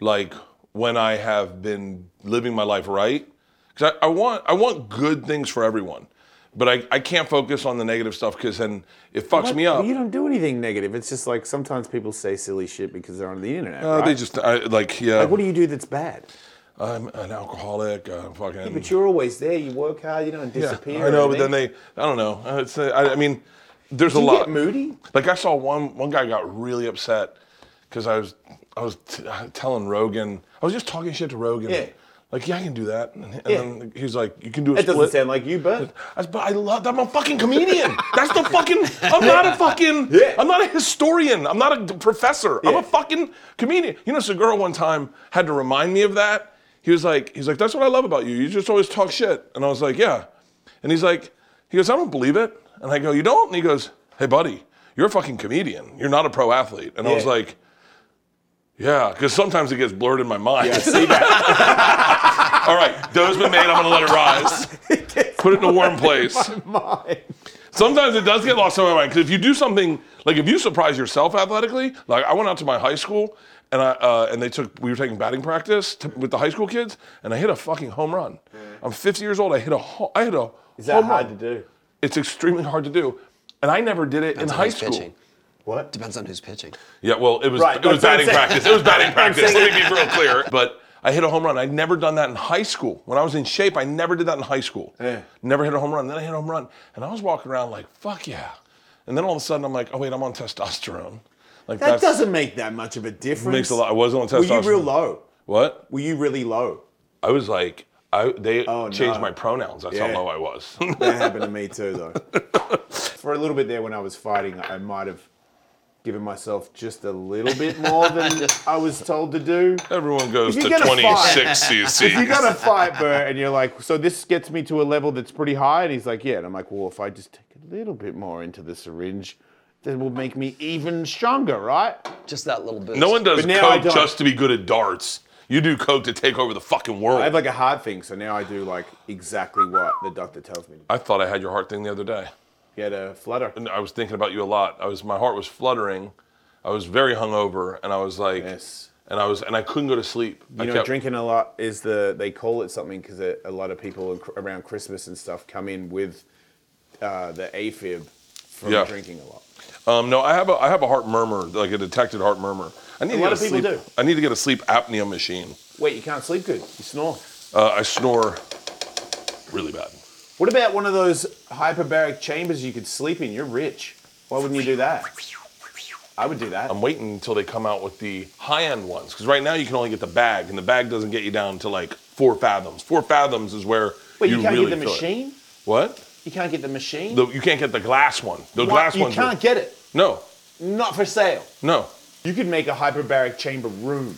Speaker 1: like when I have been living my life right, because I, I want, I want good things for everyone, but I, I can't focus on the negative stuff because then it fucks me up.
Speaker 2: You don't do anything negative. It's just like sometimes people say silly shit because they're on the internet.
Speaker 1: Uh,
Speaker 4: Oh,
Speaker 2: right?
Speaker 1: They just, I, like, yeah,
Speaker 2: like, what do you do that's bad?
Speaker 1: I'm an alcoholic. I'm fucking.
Speaker 2: But you're always there. You work hard. You don't
Speaker 1: yeah,
Speaker 2: disappear.
Speaker 1: I
Speaker 2: or
Speaker 1: know, but then
Speaker 2: anything.
Speaker 1: they, I don't know. Uh, It's, uh, I, I mean, there's a
Speaker 2: Do you
Speaker 1: lot.
Speaker 2: get moody?
Speaker 1: Like I saw one one guy got really upset because I was I was t- uh, telling Rogan I was just talking shit to Rogan.
Speaker 2: Yeah.
Speaker 1: Like yeah, I can do that. And, and
Speaker 2: Yeah.
Speaker 1: then he's like, you can do a
Speaker 2: That
Speaker 1: split.
Speaker 2: doesn't sound like you, but
Speaker 1: I was- but I love. I'm a fucking comedian. That's the fucking. I'm not a fucking.
Speaker 2: Yeah.
Speaker 1: I'm not a historian. I'm not a d- professor. I'm
Speaker 2: Yeah.
Speaker 1: a fucking comedian. You know, Segura one time had to remind me of that. He was like, he's like, that's what I love about you. You just always talk shit. And I was like, yeah. And he's like, he goes, I don't believe it. And I go, you don't? And he goes, hey buddy, you're a fucking comedian. You're not a pro athlete. And I was
Speaker 2: Yeah.
Speaker 1: like, yeah, because sometimes it gets blurred in my mind. All right, dough been made. I'm gonna let it rise. Put it in a warm place.
Speaker 2: mine.
Speaker 1: Sometimes it does get lost in my mind because if you do something like if you surprise yourself athletically, like I went out to my high school and I uh, and they took we were taking batting practice to, with the high school kids and I hit a fucking home run. I'm 50 years old. I hit a ho- I hit a
Speaker 2: Is that
Speaker 1: home
Speaker 2: hard to
Speaker 1: run.
Speaker 2: do?
Speaker 1: It's extremely hard to do, and I never did it
Speaker 4: Depends
Speaker 1: in
Speaker 4: on
Speaker 1: high
Speaker 4: who's
Speaker 1: school.
Speaker 4: pitching.
Speaker 2: What?
Speaker 4: Depends on who's pitching.
Speaker 1: Yeah, well, it was
Speaker 2: Right,
Speaker 1: it was
Speaker 2: that's what I'm
Speaker 1: batting
Speaker 2: saying.
Speaker 1: practice. It was batting practice. Let me be real clear. But I hit a home run. I'd never done that in high school. When I was in shape, I never did that in high school.
Speaker 2: Yeah.
Speaker 1: Never hit a home run. Then I hit a home run, and I was walking around like, "Fuck yeah!" And then all of a sudden, I'm like, "Oh wait, I'm on testosterone." Like
Speaker 2: That
Speaker 1: that's-
Speaker 2: doesn't make that much of a difference.
Speaker 1: makes a lot. I wasn't on
Speaker 2: Were
Speaker 1: testosterone.
Speaker 2: you real low?
Speaker 1: What?
Speaker 2: Were you really low?
Speaker 1: I was like, I they
Speaker 2: Oh,
Speaker 1: changed
Speaker 2: no.
Speaker 1: my pronouns. That's
Speaker 2: Yeah.
Speaker 1: how low I was.
Speaker 2: That happened to me too, though. For a little bit there, when I was fighting, I might have given myself just a little bit more than I was told to do.
Speaker 1: Everyone goes
Speaker 2: If
Speaker 1: to
Speaker 2: you're gonna
Speaker 1: 26
Speaker 2: fight-
Speaker 1: cc.
Speaker 2: You got to fight, Bert, and you're like, so this gets me to a level that's pretty high, and he's like, yeah, and I'm like, well, if I just take a little bit more into the syringe, that will make me even stronger, right?
Speaker 4: Just that little boost.
Speaker 1: no one does
Speaker 2: But now I
Speaker 1: coke
Speaker 2: don't.
Speaker 1: just to be good at darts. You do coke to take over the fucking world.
Speaker 2: I have like a hard thing, so now I do like exactly what the doctor tells me. to do.
Speaker 1: I thought I had your heart thing the other day.
Speaker 2: Get a flutter.
Speaker 1: And I was thinking about you a lot. I was my heart was fluttering. I was very hungover and I was like
Speaker 2: Yes.
Speaker 1: and I was and I couldn't go to sleep. I
Speaker 2: You know,
Speaker 1: kept-
Speaker 2: drinking a lot is the they call it something because a, a lot of people in- around Christmas and stuff come in with uh, the AFib from
Speaker 1: Yeah.
Speaker 2: drinking a lot.
Speaker 1: Um no, I have a I have a heart murmur, like a detected heart murmur. I need
Speaker 2: A
Speaker 1: to
Speaker 2: lot
Speaker 1: get
Speaker 2: of people
Speaker 1: sleep,
Speaker 2: do.
Speaker 1: I need to get a sleep apnea machine.
Speaker 2: Wait, you can't sleep good. You snore.
Speaker 1: Uh, I snore really bad.
Speaker 2: What about one of those hyperbaric chambers you could sleep in? You're rich. Why wouldn't you do that? I would do that.
Speaker 1: I'm waiting until they come out with the high-end ones because right now you can only get the bag, and the bag doesn't get you down to like four fathoms. Four fathoms is where
Speaker 2: Wait, you, can't
Speaker 1: really
Speaker 2: get the
Speaker 1: feel it.
Speaker 2: machine?
Speaker 1: What?
Speaker 2: You can't get the machine?
Speaker 1: The- you can't get the glass one. The
Speaker 2: Why-
Speaker 1: glass
Speaker 2: you
Speaker 1: ones.
Speaker 2: can't get it.
Speaker 1: No,
Speaker 2: Not for sale.
Speaker 1: no,
Speaker 2: You could make a hyperbaric chamber room.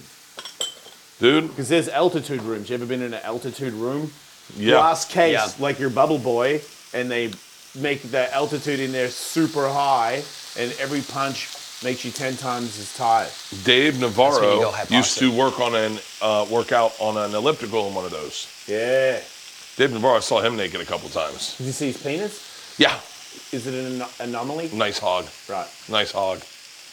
Speaker 1: dude.
Speaker 2: Because there's altitude rooms. You ever been in an altitude room?
Speaker 1: Yeah.
Speaker 2: Glass case,
Speaker 4: Yeah.
Speaker 2: like your bubble boy, and they make the altitude in there super high, and every punch makes you 10 times as tired.
Speaker 1: Dave
Speaker 4: when you
Speaker 1: Navarro
Speaker 4: go hypoxic.
Speaker 1: used to work on an uh, work out on an elliptical in one of those.
Speaker 2: Yeah.
Speaker 1: Dave Navarro, I saw him naked a couple times.
Speaker 2: Did you see his penis?
Speaker 1: Yeah,
Speaker 2: Is it an ano- anomaly?
Speaker 1: nice hog,
Speaker 2: Right.
Speaker 1: nice hog,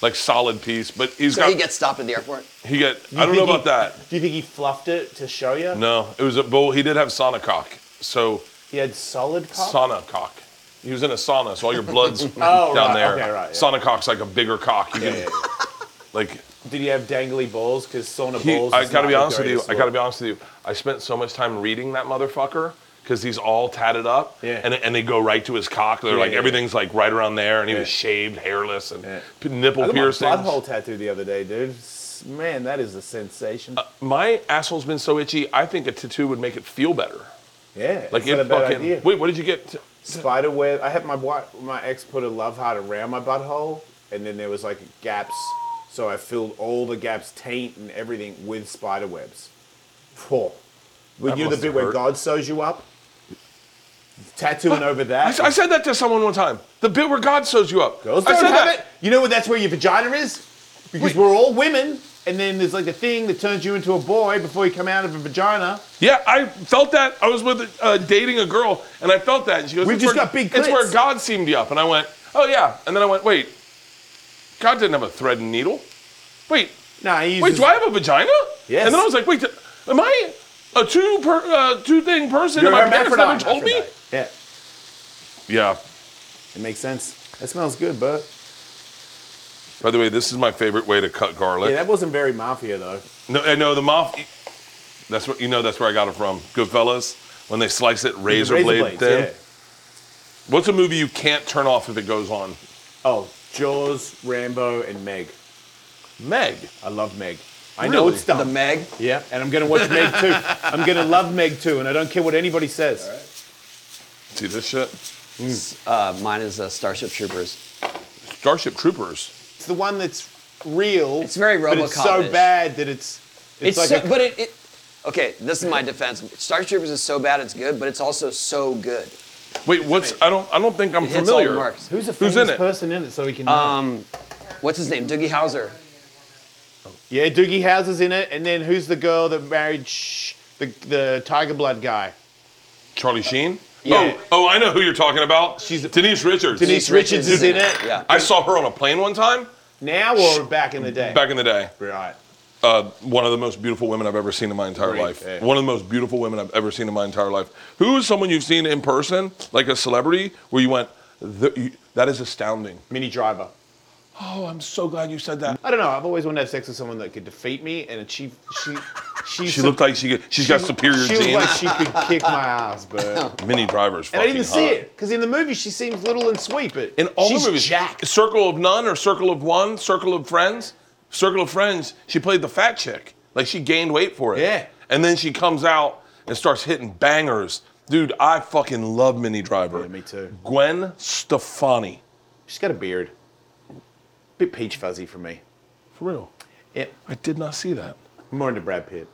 Speaker 1: like solid piece. But he's
Speaker 4: So
Speaker 1: got
Speaker 4: he gets stopped at the airport.
Speaker 1: he got. I don't know
Speaker 2: think he-
Speaker 1: about that.
Speaker 2: Do you think he fluffed it to show you?
Speaker 1: No, it was a bull. He did have sauna cock. So
Speaker 2: He had solid cock?
Speaker 1: sauna cock. He was in a sauna, so all your blood's
Speaker 2: Oh,
Speaker 1: down
Speaker 2: right,
Speaker 1: there.
Speaker 2: okay, right, yeah.
Speaker 1: Sauna cock's like a bigger cock. You
Speaker 2: Yeah,
Speaker 1: can
Speaker 2: yeah, yeah.
Speaker 1: like.
Speaker 2: Did he have dangly balls? Because sauna
Speaker 1: He,
Speaker 2: balls.
Speaker 1: I
Speaker 2: is
Speaker 1: gotta
Speaker 2: not
Speaker 1: be
Speaker 2: the
Speaker 1: honest with you.
Speaker 2: greatest
Speaker 1: I gotta
Speaker 2: look.
Speaker 1: be honest with you. I spent so much time reading that motherfucker because he's all tatted up,
Speaker 2: Yeah.
Speaker 1: and and they go right to his cock. They're
Speaker 2: Yeah,
Speaker 1: like
Speaker 2: yeah, yeah.
Speaker 1: everything's like right around there, and he was
Speaker 2: Yeah.
Speaker 1: shaved, hairless, and
Speaker 2: Yeah.
Speaker 1: p- nipple
Speaker 2: I got my
Speaker 1: piercings.
Speaker 2: butthole tattoo the other day, dude. S- Man, that is a
Speaker 1: Uh,
Speaker 2: sensation.
Speaker 1: My asshole's been so itchy. I think a tattoo would make it feel better.
Speaker 2: yeah,
Speaker 1: Like
Speaker 2: it's
Speaker 1: it
Speaker 2: not a bad
Speaker 1: fucking.
Speaker 2: idea.
Speaker 1: Wait, what did you get? T-
Speaker 2: Spider web. I had my wi- my ex put a love heart around my butthole, and then there was like gaps, so I filled all the gaps, taint and everything, with spider webs. Poor. Well,
Speaker 1: That
Speaker 2: you know the
Speaker 1: must
Speaker 2: bit
Speaker 1: have
Speaker 2: where
Speaker 1: hurt.
Speaker 2: God sews you up. Tattooing over
Speaker 1: I,
Speaker 2: that.
Speaker 1: s- I said that to someone one time. The bit where God sews you up.
Speaker 2: Girls
Speaker 1: I
Speaker 2: don't
Speaker 1: said
Speaker 2: have
Speaker 1: that.
Speaker 2: it. You know what? That's where your vagina is, because
Speaker 1: Wait.
Speaker 2: we're all women. And then there's like the thing that turns you into a boy before you come out of a vagina.
Speaker 1: Yeah, I felt that. I was with uh, dating a girl, and I felt that. And she goes,
Speaker 2: We've
Speaker 1: "It's
Speaker 2: just
Speaker 1: where-
Speaker 2: got big
Speaker 1: It's where
Speaker 2: clits."
Speaker 1: God seamed you up, and I went, "Oh yeah," and then I went, "Wait, God didn't have a thread and needle. Wait,
Speaker 2: Nah, he
Speaker 1: wait,
Speaker 2: uses
Speaker 1: do I have a vagina?"
Speaker 2: Yes.
Speaker 1: And then I was like, "Wait, th- am I a two per, uh, two thing person?"
Speaker 2: You're
Speaker 1: and my
Speaker 2: a
Speaker 1: parents never
Speaker 2: hermaphrodite.
Speaker 1: told me.
Speaker 2: Yeah,
Speaker 1: Yeah.
Speaker 2: it makes sense. That smells good, bud.
Speaker 1: By the way, this is my favorite way to cut garlic.
Speaker 2: Yeah, that wasn't very mafia though.
Speaker 1: No, I know the mafia. That's what you know. That's where I got it from. Goodfellas, when they slice it razor, blade
Speaker 2: blades,
Speaker 1: thin.
Speaker 2: yeah.
Speaker 1: What's a movie you can't turn off if it goes on?
Speaker 2: Oh, Jaws, Rambo, and Meg.
Speaker 1: Meg.
Speaker 2: I love Meg. I know
Speaker 1: Really?
Speaker 2: it's dumb.
Speaker 4: The Meg.
Speaker 2: yeah, and I'm gonna watch Meg too. I'm gonna love Meg too, and I don't care what anybody says.
Speaker 1: See this shit?
Speaker 4: Uh, mine is uh, Starship Troopers.
Speaker 1: Starship Troopers.
Speaker 2: It's the one that's real.
Speaker 4: It's very
Speaker 2: but it's so
Speaker 4: Robocop-ish.
Speaker 2: bad that it's.
Speaker 4: It's,
Speaker 2: It's, like
Speaker 4: so,
Speaker 2: a-
Speaker 4: but it, it. Okay, this is my defense. Starship Troopers is so bad it's good, but it's also so good.
Speaker 1: Wait, what's? I don't. I don't think I'm
Speaker 4: It hits all the
Speaker 1: familiar.
Speaker 4: marks.
Speaker 2: who's a
Speaker 1: Who's
Speaker 2: famous
Speaker 1: in it?
Speaker 2: person in it so we can. Um,
Speaker 4: What's his name? Doogie Howser.
Speaker 2: yeah, Doogie Howser's in it, and then who's the girl that married Sh- the the Tiger Blood guy?
Speaker 1: Charlie Sheen.
Speaker 2: Yeah.
Speaker 1: Oh, oh, I know who you're talking about.
Speaker 2: She's a-
Speaker 1: Denise Richards.
Speaker 2: Denise- Richards is in it.
Speaker 4: Yeah.
Speaker 1: I saw her on a plane one time
Speaker 2: Now or back in the day?
Speaker 1: back in the day.
Speaker 2: Right.
Speaker 1: Uh, one of the most beautiful women I've ever seen in my entire
Speaker 2: Great,
Speaker 1: life.
Speaker 2: yeah.
Speaker 1: One of the most beautiful women I've ever seen in my entire life. Who is someone you've seen in person, like a celebrity, where you went, "Th- you- that is astounding.
Speaker 2: Mini Driver.
Speaker 1: Oh, I'm so glad you said that.
Speaker 2: I don't know. I've always wanted to have sex with someone that could defeat me, and she she she's
Speaker 1: She looked like she could, she's got superior
Speaker 2: she
Speaker 1: genes.
Speaker 2: looked like she could kick my ass, but and
Speaker 1: Mini drivers.
Speaker 2: I
Speaker 1: fucking
Speaker 2: didn't see
Speaker 1: hot.
Speaker 2: it because in the movie she seems little and sweet, but
Speaker 1: In all
Speaker 2: she's
Speaker 1: the movies,
Speaker 2: Jack.
Speaker 1: Circle of None or Circle of One, Circle of Friends, Circle of Friends. She played the fat chick. Like she gained weight for it.
Speaker 2: Yeah.
Speaker 1: And then she comes out and starts hitting bangers. Dude, I fucking love Mini Driver.
Speaker 2: Yeah, me too.
Speaker 1: Gwen Stefani.
Speaker 2: She's got a beard, bit peach fuzzy for me.
Speaker 1: For real.
Speaker 2: Yeah,
Speaker 1: I did not see that.
Speaker 2: I'm more into Brad Pitt.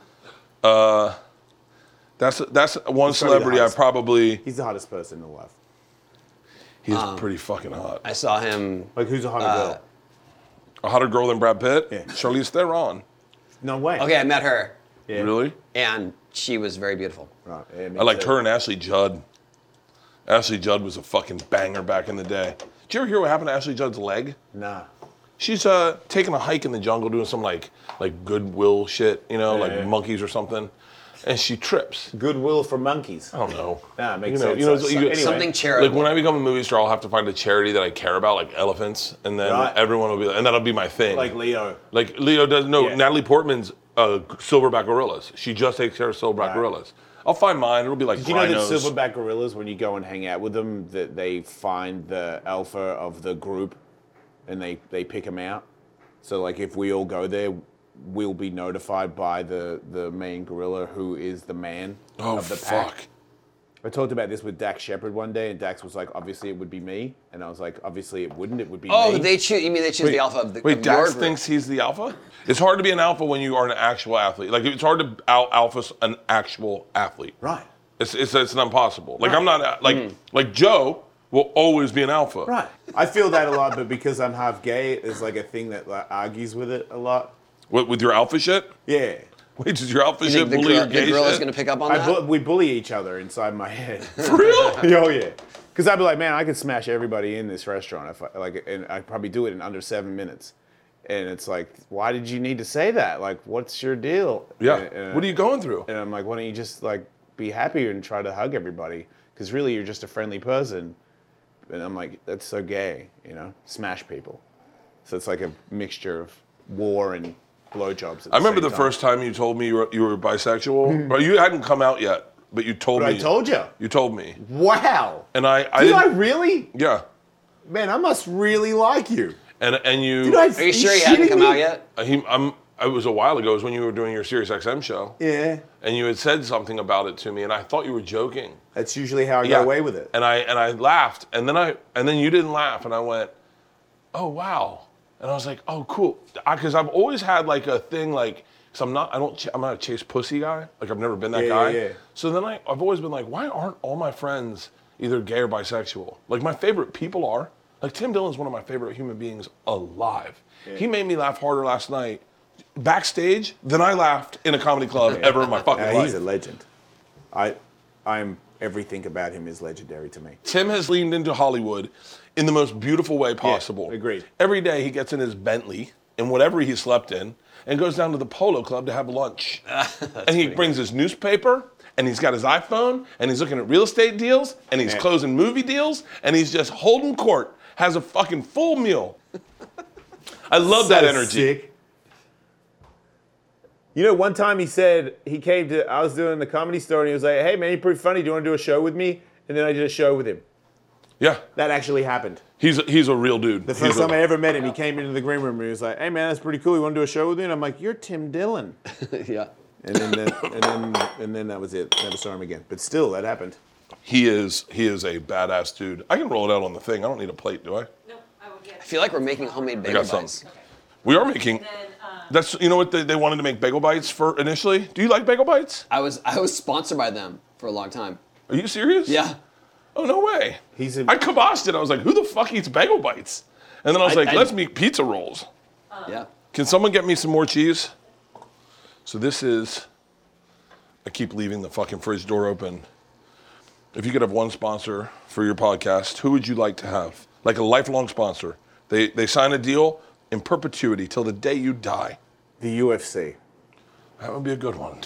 Speaker 1: That's that's one
Speaker 2: probably the
Speaker 1: celebrity I
Speaker 2: hottest.
Speaker 1: probably um,
Speaker 2: He's the hottest person in life.
Speaker 1: he's pretty fucking hot.
Speaker 4: I saw him.
Speaker 2: Like who's a hotter
Speaker 1: Uh,
Speaker 2: girl?
Speaker 1: A hotter girl than Brad Pitt?
Speaker 2: Yeah.
Speaker 1: Charlize Theron.
Speaker 2: No way.
Speaker 4: Okay, I met her,
Speaker 2: Yeah.
Speaker 1: Really?
Speaker 4: and she was very beautiful.
Speaker 2: Right. yeah, me
Speaker 1: I liked
Speaker 2: too.
Speaker 1: her and Ashley Judd. Ashley Judd was a fucking banger back in the day. Did you ever hear what happened to Ashley Judd's leg?
Speaker 2: Nah.
Speaker 1: She's uh, taking a hike in the jungle doing some like like goodwill shit, you know, like
Speaker 2: Yeah.
Speaker 1: monkeys or something, and she trips.
Speaker 2: Goodwill for monkeys.
Speaker 1: I don't know.
Speaker 2: Nah, it makes
Speaker 1: you know,
Speaker 2: sense.
Speaker 1: You know,
Speaker 2: So-
Speaker 1: you get-
Speaker 2: anyway.
Speaker 4: Something
Speaker 1: like
Speaker 4: charitable.
Speaker 1: when I become a movie star, I'll have to find a charity that I care about, like elephants, and then
Speaker 2: Right.
Speaker 1: everyone will be, and that'll be my thing.
Speaker 2: Like Leo.
Speaker 1: Like Leo does. No,
Speaker 2: Yeah.
Speaker 1: Natalie Portman's uh, silverback gorillas. She just takes care of silverback
Speaker 2: Right.
Speaker 1: gorillas. I'll find mine. It'll be like
Speaker 2: Did you know that
Speaker 1: rhinos.
Speaker 2: silverback gorillas, when you go and hang out with them, that they find the alpha of the group, and they they pick him out. So like if we all go there, we'll be notified by the the main gorilla who is the man
Speaker 1: Oh
Speaker 2: of the pack.
Speaker 1: fuck.
Speaker 2: I talked about this with Dax Shepard one day, and Dax was like, "Obviously, it would be me," and I was like, "Obviously, it wouldn't. It would be
Speaker 4: Oh,
Speaker 2: me."
Speaker 4: they choose. You mean they choose the alpha of the
Speaker 1: Wait,
Speaker 4: of your
Speaker 1: Dax
Speaker 4: group.
Speaker 1: thinks he's the alpha? It's hard to be an alpha when you are an actual athlete. Like it's hard to out alpha an actual athlete.
Speaker 2: Right. Mm-hmm.
Speaker 1: It's it's, it's not possible. Like I'm not a- like like Joe will always be an alpha.
Speaker 2: Right. I feel that a lot, but because I'm half gay, there's like a thing that like, argues with it a lot.
Speaker 1: With, with your alpha shit?
Speaker 2: Yeah.
Speaker 1: Wait, does your alpha
Speaker 4: You
Speaker 1: shit
Speaker 4: think the,
Speaker 1: bully
Speaker 4: gorilla,
Speaker 1: your
Speaker 4: the
Speaker 1: gay
Speaker 4: gorilla's
Speaker 1: shit?
Speaker 4: gonna pick up on
Speaker 2: I
Speaker 4: that?
Speaker 2: bu- we bully each other inside my head.
Speaker 1: For real?
Speaker 2: oh yeah. Because I'd be like, man, I could smash everybody in this restaurant if I like, and I probably do it in under seven minutes. And it's like, why did you need to say that? Like, what's your deal?
Speaker 1: Yeah.
Speaker 2: And- and- uh,
Speaker 1: what are you going through?
Speaker 2: And I'm like, why don't you just like be happier and try to hug everybody? Because really, you're just a friendly person. And I'm like, that's so gay, you know? Smash people. So it's like a mixture of war and blowjobs. At
Speaker 1: I remember the
Speaker 2: same time. Mm-hmm.
Speaker 1: first time you told me you were, you were bisexual. but you hadn't come out yet, but you told
Speaker 2: But
Speaker 1: me.
Speaker 2: I told you.
Speaker 1: You told me.
Speaker 2: Wow.
Speaker 1: And I I,
Speaker 2: Did I
Speaker 1: didn't-
Speaker 2: really?
Speaker 1: Yeah.
Speaker 2: Man, I must really like you.
Speaker 1: And and you
Speaker 2: Dude, I-
Speaker 4: Are you sure he
Speaker 2: you
Speaker 4: hadn't
Speaker 2: shitting
Speaker 4: come
Speaker 2: me?
Speaker 4: out yet?
Speaker 1: Uh, he, I'm it was a while ago. It was when you were doing your Sirius XM show.
Speaker 2: Yeah.
Speaker 1: and you had said something about it to me, and I thought you were joking.
Speaker 2: That's usually how I
Speaker 1: Yeah.
Speaker 2: get away with it.
Speaker 1: And I and I laughed, and then I and then you didn't laugh, and I went, "Oh wow!" And I was like, "Oh cool," because I've always had like a thing like, because I'm not I don't ch- I'm not a chase pussy guy. Like I've never been that
Speaker 2: Yeah,
Speaker 1: guy.
Speaker 2: yeah, yeah.
Speaker 1: So then I I've always been like, why aren't all my friends either gay or bisexual? Like my favorite people are. Like Tim Dillon's one of my favorite human beings alive. He made me laugh harder last night backstage than I laughed in a comedy club ever in my fucking
Speaker 2: Uh,
Speaker 1: life.
Speaker 2: he's a legend. I, I'm everything about him is legendary to me.
Speaker 1: Tim has leaned into Hollywood in the most beautiful way possible.
Speaker 2: agreed.
Speaker 1: Every day he gets in his Bentley and whatever he slept in and goes down to the polo club to have lunch. and he brings his newspaper and he's got his iPhone and he's looking at real estate deals and he's
Speaker 2: Man.
Speaker 1: closing movie deals and he's just holding court, has a fucking full meal. I love that
Speaker 2: So
Speaker 1: energy.
Speaker 2: sick. You know, one time he said he came to. I was doing the comedy store, and he was like, "Hey man, you're pretty funny. Do you want to do a show with me?" And then I did a show with him.
Speaker 1: Yeah.
Speaker 2: That actually happened.
Speaker 1: He's he's a real dude.
Speaker 2: The first time I ever met him, he came into the green room and he was like, "Hey man, that's pretty cool. You want to do a show with me?" And I'm like, "You're Tim Dillon."
Speaker 4: yeah.
Speaker 2: And then, that, and then, and then that was it. Never saw him again. But still, that happened.
Speaker 1: he is he is a badass dude. I can roll it out on the thing. I don't need a plate, do I?
Speaker 5: No, I will get.
Speaker 4: I feel like we're making homemade bagel
Speaker 1: got some.
Speaker 4: bites.
Speaker 1: We are making.
Speaker 5: Then, um,
Speaker 1: That's you know what they, they wanted to make bagel bites for initially. Do you like bagel bites?
Speaker 4: I was I was sponsored by them for a long time.
Speaker 1: Are you serious?
Speaker 4: Yeah.
Speaker 1: Oh no way.
Speaker 2: He's a-
Speaker 1: I kiboshed it. I was like, who the fuck eats bagel bites? And then I was
Speaker 4: I-
Speaker 1: like,
Speaker 4: I-
Speaker 1: let's make pizza rolls.
Speaker 4: Yeah.
Speaker 1: Can someone get me some more cheese? So this is. I keep leaving the fucking fridge door open. If you could have one sponsor for your podcast, who would you like to have? Like a lifelong sponsor. They they sign a deal in perpetuity till the day you die.
Speaker 2: The UFC.
Speaker 1: That would be a good one.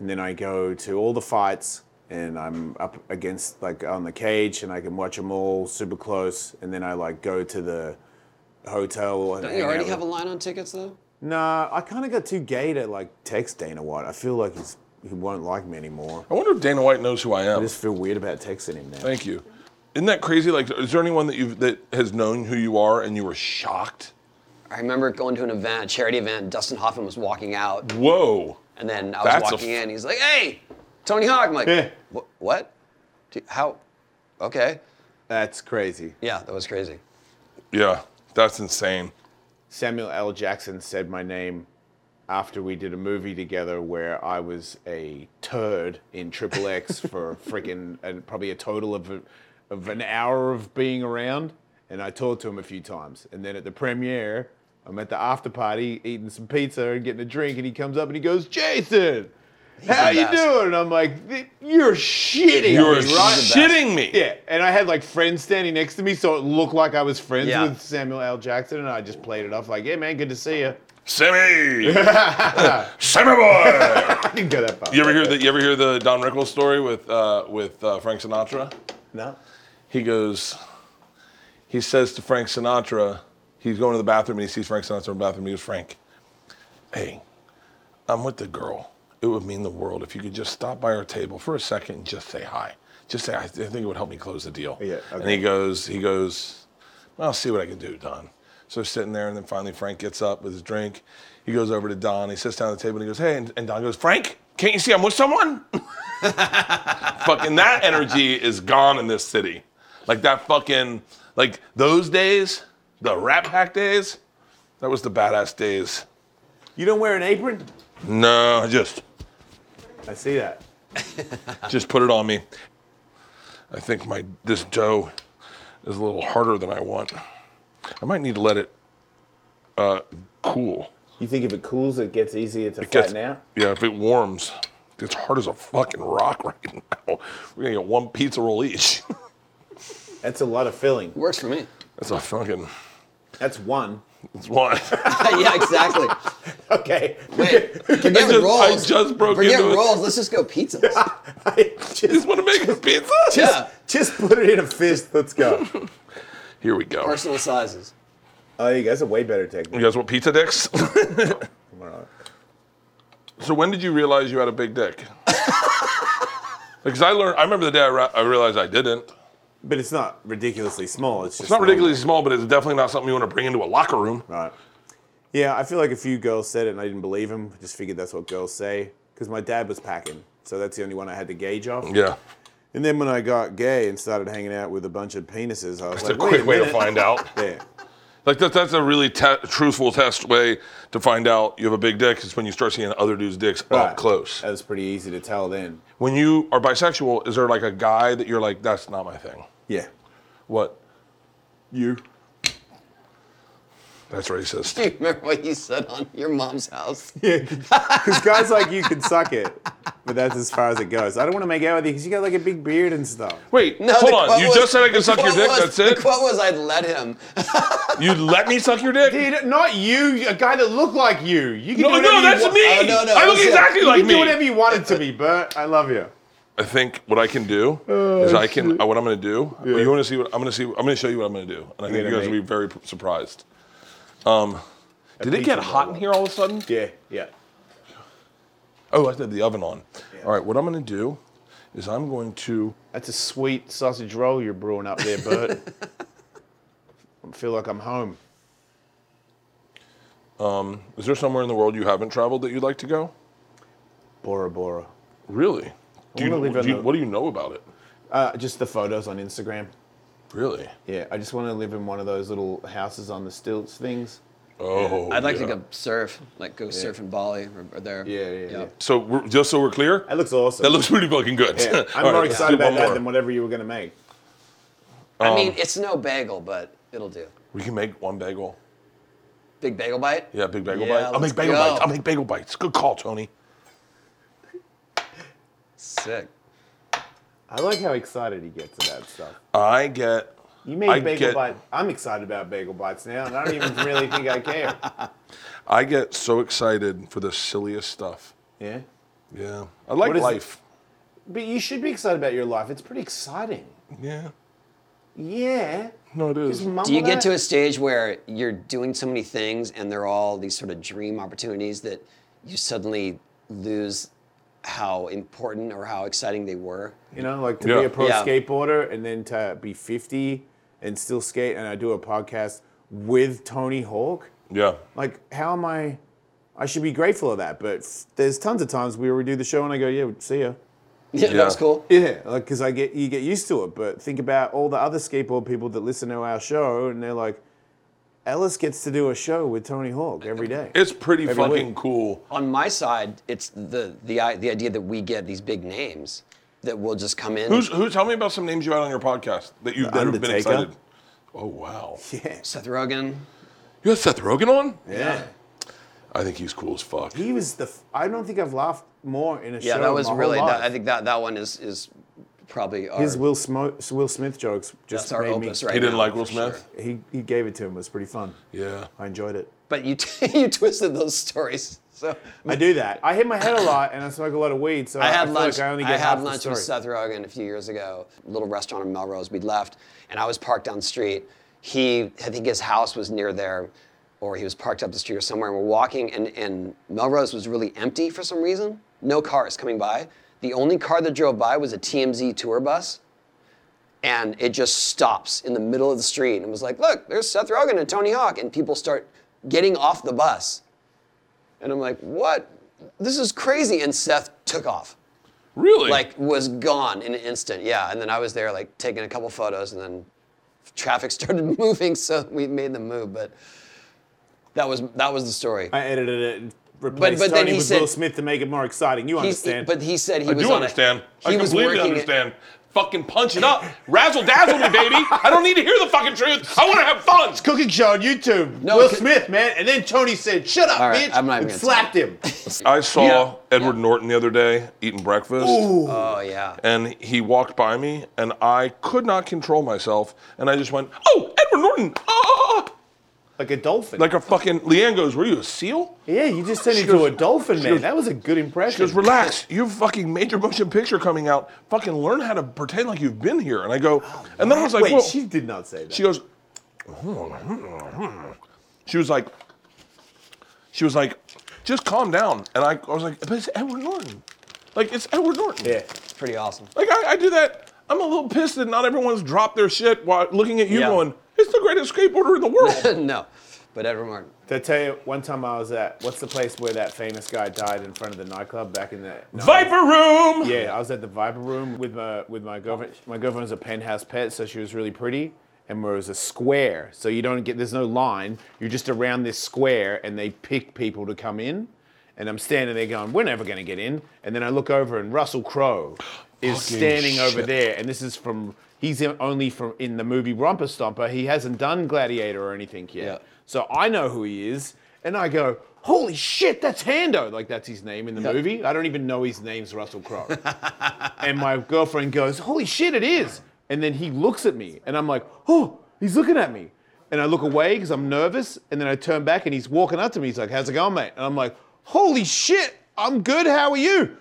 Speaker 2: and then I go to all the fights and I'm up against like on the cage and I can watch them all super close and then I like go to the hotel and
Speaker 4: Don't you already have a line on tickets though?
Speaker 2: Nah, I kind of got too gay to like text Dana White. I feel like he's he won't like me anymore.
Speaker 1: I wonder if Dana White knows who I
Speaker 2: I
Speaker 1: am.
Speaker 2: just feel weird about texting him now.
Speaker 1: Thank you. Isn't that crazy? Like, is there anyone that you that has known who you are and you were shocked?
Speaker 4: I remember going to an event, a charity event. Dustin Hoffman was walking out,
Speaker 1: Whoa.
Speaker 4: and then I was
Speaker 1: That's a
Speaker 4: walking
Speaker 1: f-
Speaker 4: in. He's like, "Hey, Tony Hawk." I'm like,
Speaker 2: Yeah.
Speaker 4: "Wh- "What? Do- how? Okay."
Speaker 2: That's crazy.
Speaker 4: Yeah, that was crazy.
Speaker 1: Yeah, that's insane.
Speaker 2: Samuel L. Jackson said my name after we did a movie together where I was a turd in Triple X for freaking and probably a total of a, of an hour of being around, and I talked to him a few times, and then at the premiere. I'm at the after party eating some pizza and getting a drink, and he comes up and he goes, "Jason, how
Speaker 4: the
Speaker 2: you
Speaker 4: best.
Speaker 2: doing?" And I'm like, "Th- "You're shitting
Speaker 1: You're
Speaker 2: me, right?"
Speaker 1: shitting me.
Speaker 2: Yeah, and I had like friends standing next to me, so it looked like I was friends
Speaker 4: Yeah.
Speaker 2: with Samuel L. Jackson, and I just played it off like, "Yeah, man, good to see you."
Speaker 1: Sammy. Sammy boy.
Speaker 2: I didn't go that far.
Speaker 1: You ever hear the You ever hear the Don Rickles story with uh, with uh, Frank Sinatra?
Speaker 2: no.
Speaker 1: he goes, he says to Frank Sinatra, he's going to the bathroom and he sees Frank Sinatra in the bathroom. He goes, Frank, hey, I'm with the girl. It would mean the world if you could just stop by our table for a second and just say hi. Just say, hi. I think it would help me close the deal.
Speaker 2: Yeah,
Speaker 1: And
Speaker 2: okay.
Speaker 1: he goes, he goes, I'll see what I can do, Don. So they're sitting there, and then finally Frank gets up with his drink. He goes over to Don. He sits down at the table and he goes, "Hey," and, and Don goes, "Frank, can't you see I'm with someone?" fucking that energy is gone in this city. Like that fucking like those days, the Rat Pack days. That was the badass days.
Speaker 2: You don't wear an apron?
Speaker 1: No, I just
Speaker 2: I see that.
Speaker 1: just put it on me. I think my this dough is a little harder than I want. I might need to let it uh, cool.
Speaker 2: You think if it cools, it gets easier to
Speaker 1: Gets-
Speaker 2: flatten out?
Speaker 1: Yeah, if it warms, it's hard as a fucking rock right now. We're gonna get one pizza roll each.
Speaker 2: That's a lot of filling.
Speaker 4: Works for me.
Speaker 1: That's a fucking.
Speaker 2: That's one.
Speaker 1: It's one.
Speaker 4: yeah, exactly.
Speaker 2: Okay.
Speaker 4: Wait, forget
Speaker 1: just-
Speaker 4: rolls.
Speaker 1: I just broke
Speaker 4: forget
Speaker 1: into it.
Speaker 4: rolls. Let's just go pizzas.
Speaker 2: I just,
Speaker 1: Just want to make a pizza.
Speaker 4: yeah,
Speaker 2: just put it in a fist. Let's go.
Speaker 1: Here we go.
Speaker 4: personal sizes.
Speaker 2: Oh, you guys are way better technique.
Speaker 1: You guys want pizza dicks? so when did you realize you had a big dick? Because I learned, I remember the day I, ra- I realized I didn't.
Speaker 2: But it's not ridiculously small. It's just
Speaker 1: It's not ridiculously small, but it's definitely not something you want to bring into a locker room.
Speaker 2: Right. Yeah, I feel like a few girls said it and I didn't believe them. I just figured that's what girls say. Because my dad was packing, so that's the only one I had to gauge off.
Speaker 1: Yeah,
Speaker 2: And then when I got gay and started hanging out with a bunch of penises, I was
Speaker 1: it's
Speaker 2: like,
Speaker 1: a
Speaker 2: Wait
Speaker 1: quick way to
Speaker 2: minute."
Speaker 1: find out.
Speaker 2: Yeah.
Speaker 1: Like that, that's a really te- truthful test way to find out you have a big dick. Is when you start seeing other dudes' dicks
Speaker 2: Right.
Speaker 1: up close.
Speaker 2: That was pretty easy to tell then.
Speaker 1: When you are bisexual, is there like a guy that you're like, that's not my thing?
Speaker 2: Yeah.
Speaker 1: What?
Speaker 2: You.
Speaker 1: That's racist.
Speaker 4: Do you remember what you said on your mom's house?
Speaker 2: Yeah. Because guys like you can suck it, but that's as far as it goes. I don't want to make out with you because you got like a big beard and stuff.
Speaker 1: Wait,
Speaker 4: No,
Speaker 1: hold
Speaker 4: the
Speaker 1: on.
Speaker 4: quote
Speaker 1: You
Speaker 4: was-
Speaker 1: just said I
Speaker 4: the
Speaker 1: can suck your
Speaker 4: quote
Speaker 1: dick.
Speaker 4: was-
Speaker 1: that's it.
Speaker 4: The quote was I'd let him.
Speaker 1: You let me suck your dick?
Speaker 2: Dude, not you, a guy that looked like you. You can
Speaker 1: no,
Speaker 2: do whatever
Speaker 1: no,
Speaker 2: you
Speaker 1: that's
Speaker 2: want.
Speaker 1: me.
Speaker 4: Oh, no, no,
Speaker 1: I look
Speaker 4: that's it.
Speaker 1: exactly
Speaker 2: You
Speaker 1: like
Speaker 2: can do
Speaker 1: me.
Speaker 2: whatever you want it to be, Bert. I love you.
Speaker 1: I think what I can do
Speaker 2: Oh,
Speaker 1: is I can. uh, What I'm going to do? well, You want to see what I'm going to see? I'm going to show you what I'm going to do, and I think
Speaker 2: gonna
Speaker 1: you guys will
Speaker 2: make-
Speaker 1: be very p- surprised. Um, did it get
Speaker 2: pizza
Speaker 1: hot
Speaker 2: roll.
Speaker 1: in here all of a sudden?
Speaker 2: Yeah, yeah.
Speaker 1: Oh, I had the oven on. All right, what I'm going to do is I'm going to.
Speaker 2: That's a sweet sausage roll you're brewing up there, Bert. I feel like I'm home.
Speaker 1: Is there somewhere in the world you haven't traveled that you'd like to go?
Speaker 2: Bora Bora.
Speaker 1: Really? Do you,
Speaker 2: wanna live in
Speaker 1: do you-
Speaker 2: the-
Speaker 1: What do you know about it?
Speaker 2: Uh, just the photos on Instagram.
Speaker 1: Really?
Speaker 2: Yeah, I just want to live in one of those little houses on the stilts things.
Speaker 1: Oh.
Speaker 4: I'd like
Speaker 1: yeah.
Speaker 4: to go surf, like go surf in Bali or, or there.
Speaker 2: Yeah, yeah, yeah.
Speaker 1: So we're, just so we're clear,
Speaker 2: That looks awesome.
Speaker 1: that looks pretty fucking good.
Speaker 2: Yeah, I'm
Speaker 1: All right,
Speaker 2: more
Speaker 1: let's
Speaker 2: excited
Speaker 1: do
Speaker 2: about
Speaker 1: one
Speaker 2: that
Speaker 1: more.
Speaker 2: than whatever you were going to make.
Speaker 4: I
Speaker 1: Um,
Speaker 4: mean, it's no bagel, but it'll do.
Speaker 1: We can make one bagel.
Speaker 4: Big bagel bite.
Speaker 1: Yeah, big bagel
Speaker 4: Yeah,
Speaker 1: bites. I'll
Speaker 4: let's
Speaker 1: make bagel
Speaker 4: go.
Speaker 1: bites. I'll make bagel bites. Good call, Tony.
Speaker 4: Sick.
Speaker 2: I like how excited he gets about stuff.
Speaker 1: I get.
Speaker 2: You made
Speaker 1: I
Speaker 2: bagel
Speaker 1: get-
Speaker 2: bites. I'm excited about bagel bites now, and I don't even really think I care.
Speaker 1: I get so excited for the silliest stuff.
Speaker 2: Yeah,
Speaker 1: Yeah, I like
Speaker 2: What is it?
Speaker 1: life.
Speaker 2: but you should be excited about your life. It's pretty exciting.
Speaker 1: Yeah,
Speaker 2: Yeah.
Speaker 1: no, it is.
Speaker 2: Just mumble
Speaker 4: Do you get
Speaker 2: that.
Speaker 4: to a stage where you're doing so many things and they're all these sort of dream opportunities that you suddenly lose how important or how exciting they were?
Speaker 2: You know, like to
Speaker 1: Yeah.
Speaker 2: be a pro
Speaker 4: Yeah.
Speaker 2: skateboarder and then to be 50 and still skate, and I do a podcast with Tony Hawk.
Speaker 1: Yeah,
Speaker 2: Like, how am I? I should be grateful of that, but f- there's tons of times we redo the show and I go, yeah, see ya.
Speaker 4: Yeah, that was
Speaker 1: Yeah.
Speaker 4: cool.
Speaker 2: Yeah, like because I get you get used to it, but think about all the other skateboard people that listen to our show, and they're like, Ellis gets to do a show with Tony Hawk every day.
Speaker 1: it's pretty
Speaker 2: Every
Speaker 1: fucking
Speaker 2: week.
Speaker 1: cool.
Speaker 4: On my side, it's the the i- the idea that we get these big names that will just come in.
Speaker 1: Who's who? Tell me about some names you had on your podcast that you that have been
Speaker 2: Undertaker.
Speaker 1: excited. Oh wow,
Speaker 2: yeah,
Speaker 4: Seth Rogen.
Speaker 1: you had Seth Rogen on?
Speaker 2: yeah.
Speaker 1: I think he's cool as fuck.
Speaker 2: He was the. F- I don't think I've laughed more in a show.
Speaker 4: Yeah, that
Speaker 2: in
Speaker 4: was
Speaker 2: my whole
Speaker 4: really. That,
Speaker 2: life.
Speaker 4: I think that that one is is probably our.
Speaker 2: his Will, Smo- Will Smith jokes just
Speaker 4: that's our
Speaker 2: made
Speaker 4: opus
Speaker 2: me.
Speaker 4: right
Speaker 1: He didn't
Speaker 4: now,
Speaker 1: like Will
Speaker 4: for
Speaker 1: Smith?
Speaker 4: sure.
Speaker 2: He he gave it to him. It was pretty fun.
Speaker 1: Yeah,
Speaker 2: I enjoyed it.
Speaker 4: But you t- you twisted those stories. So
Speaker 2: I do that. I hit my head a lot, and I smoke a lot of weed, so I,
Speaker 4: I had
Speaker 2: feel
Speaker 4: lunch.
Speaker 2: Like I
Speaker 4: I,
Speaker 2: only get half
Speaker 4: had lunch
Speaker 2: the
Speaker 4: with
Speaker 2: story.
Speaker 4: Seth Rogen a few years ago. Little restaurant in Melrose. We'd left, and I was parked down the street. He, I think his house was near there, or he was parked up the street or somewhere. And we're walking, and, and Melrose was really empty for some reason. No cars coming by. The only car that drove by was a TMZ tour bus, and it just stops in the middle of the street and was like, look, there's Seth Rogen and Tony Hawk, and people start getting off the bus. And I'm like, what? This is crazy. And Seth took off
Speaker 1: Really?
Speaker 4: like was gone in an instant. Yeah, and then I was there like taking a couple photos, and then traffic started moving, so we made them move. But that was that was the story.
Speaker 5: I edited it and
Speaker 4: but
Speaker 5: replaced
Speaker 4: then
Speaker 5: Tony
Speaker 4: he
Speaker 5: with
Speaker 4: said-
Speaker 5: Will Smith to make it more exciting. You
Speaker 4: He-
Speaker 5: understand?
Speaker 4: but he said he
Speaker 1: I
Speaker 4: was.
Speaker 1: do
Speaker 4: on a-
Speaker 1: understand. I
Speaker 4: he was
Speaker 1: completely
Speaker 4: working it-
Speaker 1: understand. Fucking punch it up. Razzle dazzle me, baby. I don't need to hear the fucking truth. I want to have fun.
Speaker 2: Cooking show on YouTube.
Speaker 4: No,
Speaker 2: Will
Speaker 4: c-
Speaker 2: Smith, man. And then Tony said, "Shut up,
Speaker 4: All right,
Speaker 2: bitch,"
Speaker 4: I'm not
Speaker 2: and
Speaker 4: even gonna
Speaker 2: slapped him.
Speaker 1: I saw Edward Norton the other day eating breakfast.
Speaker 4: Oh yeah.
Speaker 1: and he walked by me, and I could not control myself, and I just went, "Oh, Edward Norton!" Ah!
Speaker 2: like a dolphin.
Speaker 1: Like a fucking Leanne goes, "Were you a seal?"
Speaker 2: yeah, you just turned into a dolphin, man. That was a good impression.
Speaker 1: Just relax. You have fucking major motion picture coming out. Fucking learn how to pretend like you've been here. And I go, and then I was like,
Speaker 5: Wait,
Speaker 1: "Whoa."
Speaker 5: she did not say that.
Speaker 1: She goes, she was like, she was like, just calm down. And I, I was like, but it's Edward Norton. Like, it's Edward Norton.
Speaker 5: yeah.
Speaker 4: It's pretty awesome.
Speaker 1: Like, I, I do that. I'm a little pissed that not everyone's dropped their shit while looking at you
Speaker 4: Yeah.
Speaker 1: going, it's the greatest skateboarder in the world.
Speaker 4: no, but Edward Martin.
Speaker 2: Did I tell you one time I was at what's the place where that famous guy died in front of the nightclub back in the no,
Speaker 1: Viper Room!
Speaker 2: Yeah, I was at the Viper Room with my with my girlfriend. My girlfriend was a penthouse pet, so she was really pretty. And where it was a square, so you don't get there's no line. You're just around this square, and they pick people to come in. And I'm standing there going, "We're never going to get in." And then I look over, and Russell Crowe is standing over there. And this is from he's in, only from in the movie Romper Stomper. He hasn't done Gladiator or anything yet.
Speaker 4: Yeah.
Speaker 2: So I know who he is, and I go, "Holy shit, that's Hando!" Like that's his name in the movie. I don't even know his name's Russell Crowe. and my girlfriend goes, "Holy shit, it is!" And then he looks at me, and I'm like, "Oh, he's looking at me." And I look away because I'm nervous, and then I turn back, and he's walking up to me. He's like, "How's it going, mate?" And I'm like, "Holy shit, I'm good. How are you?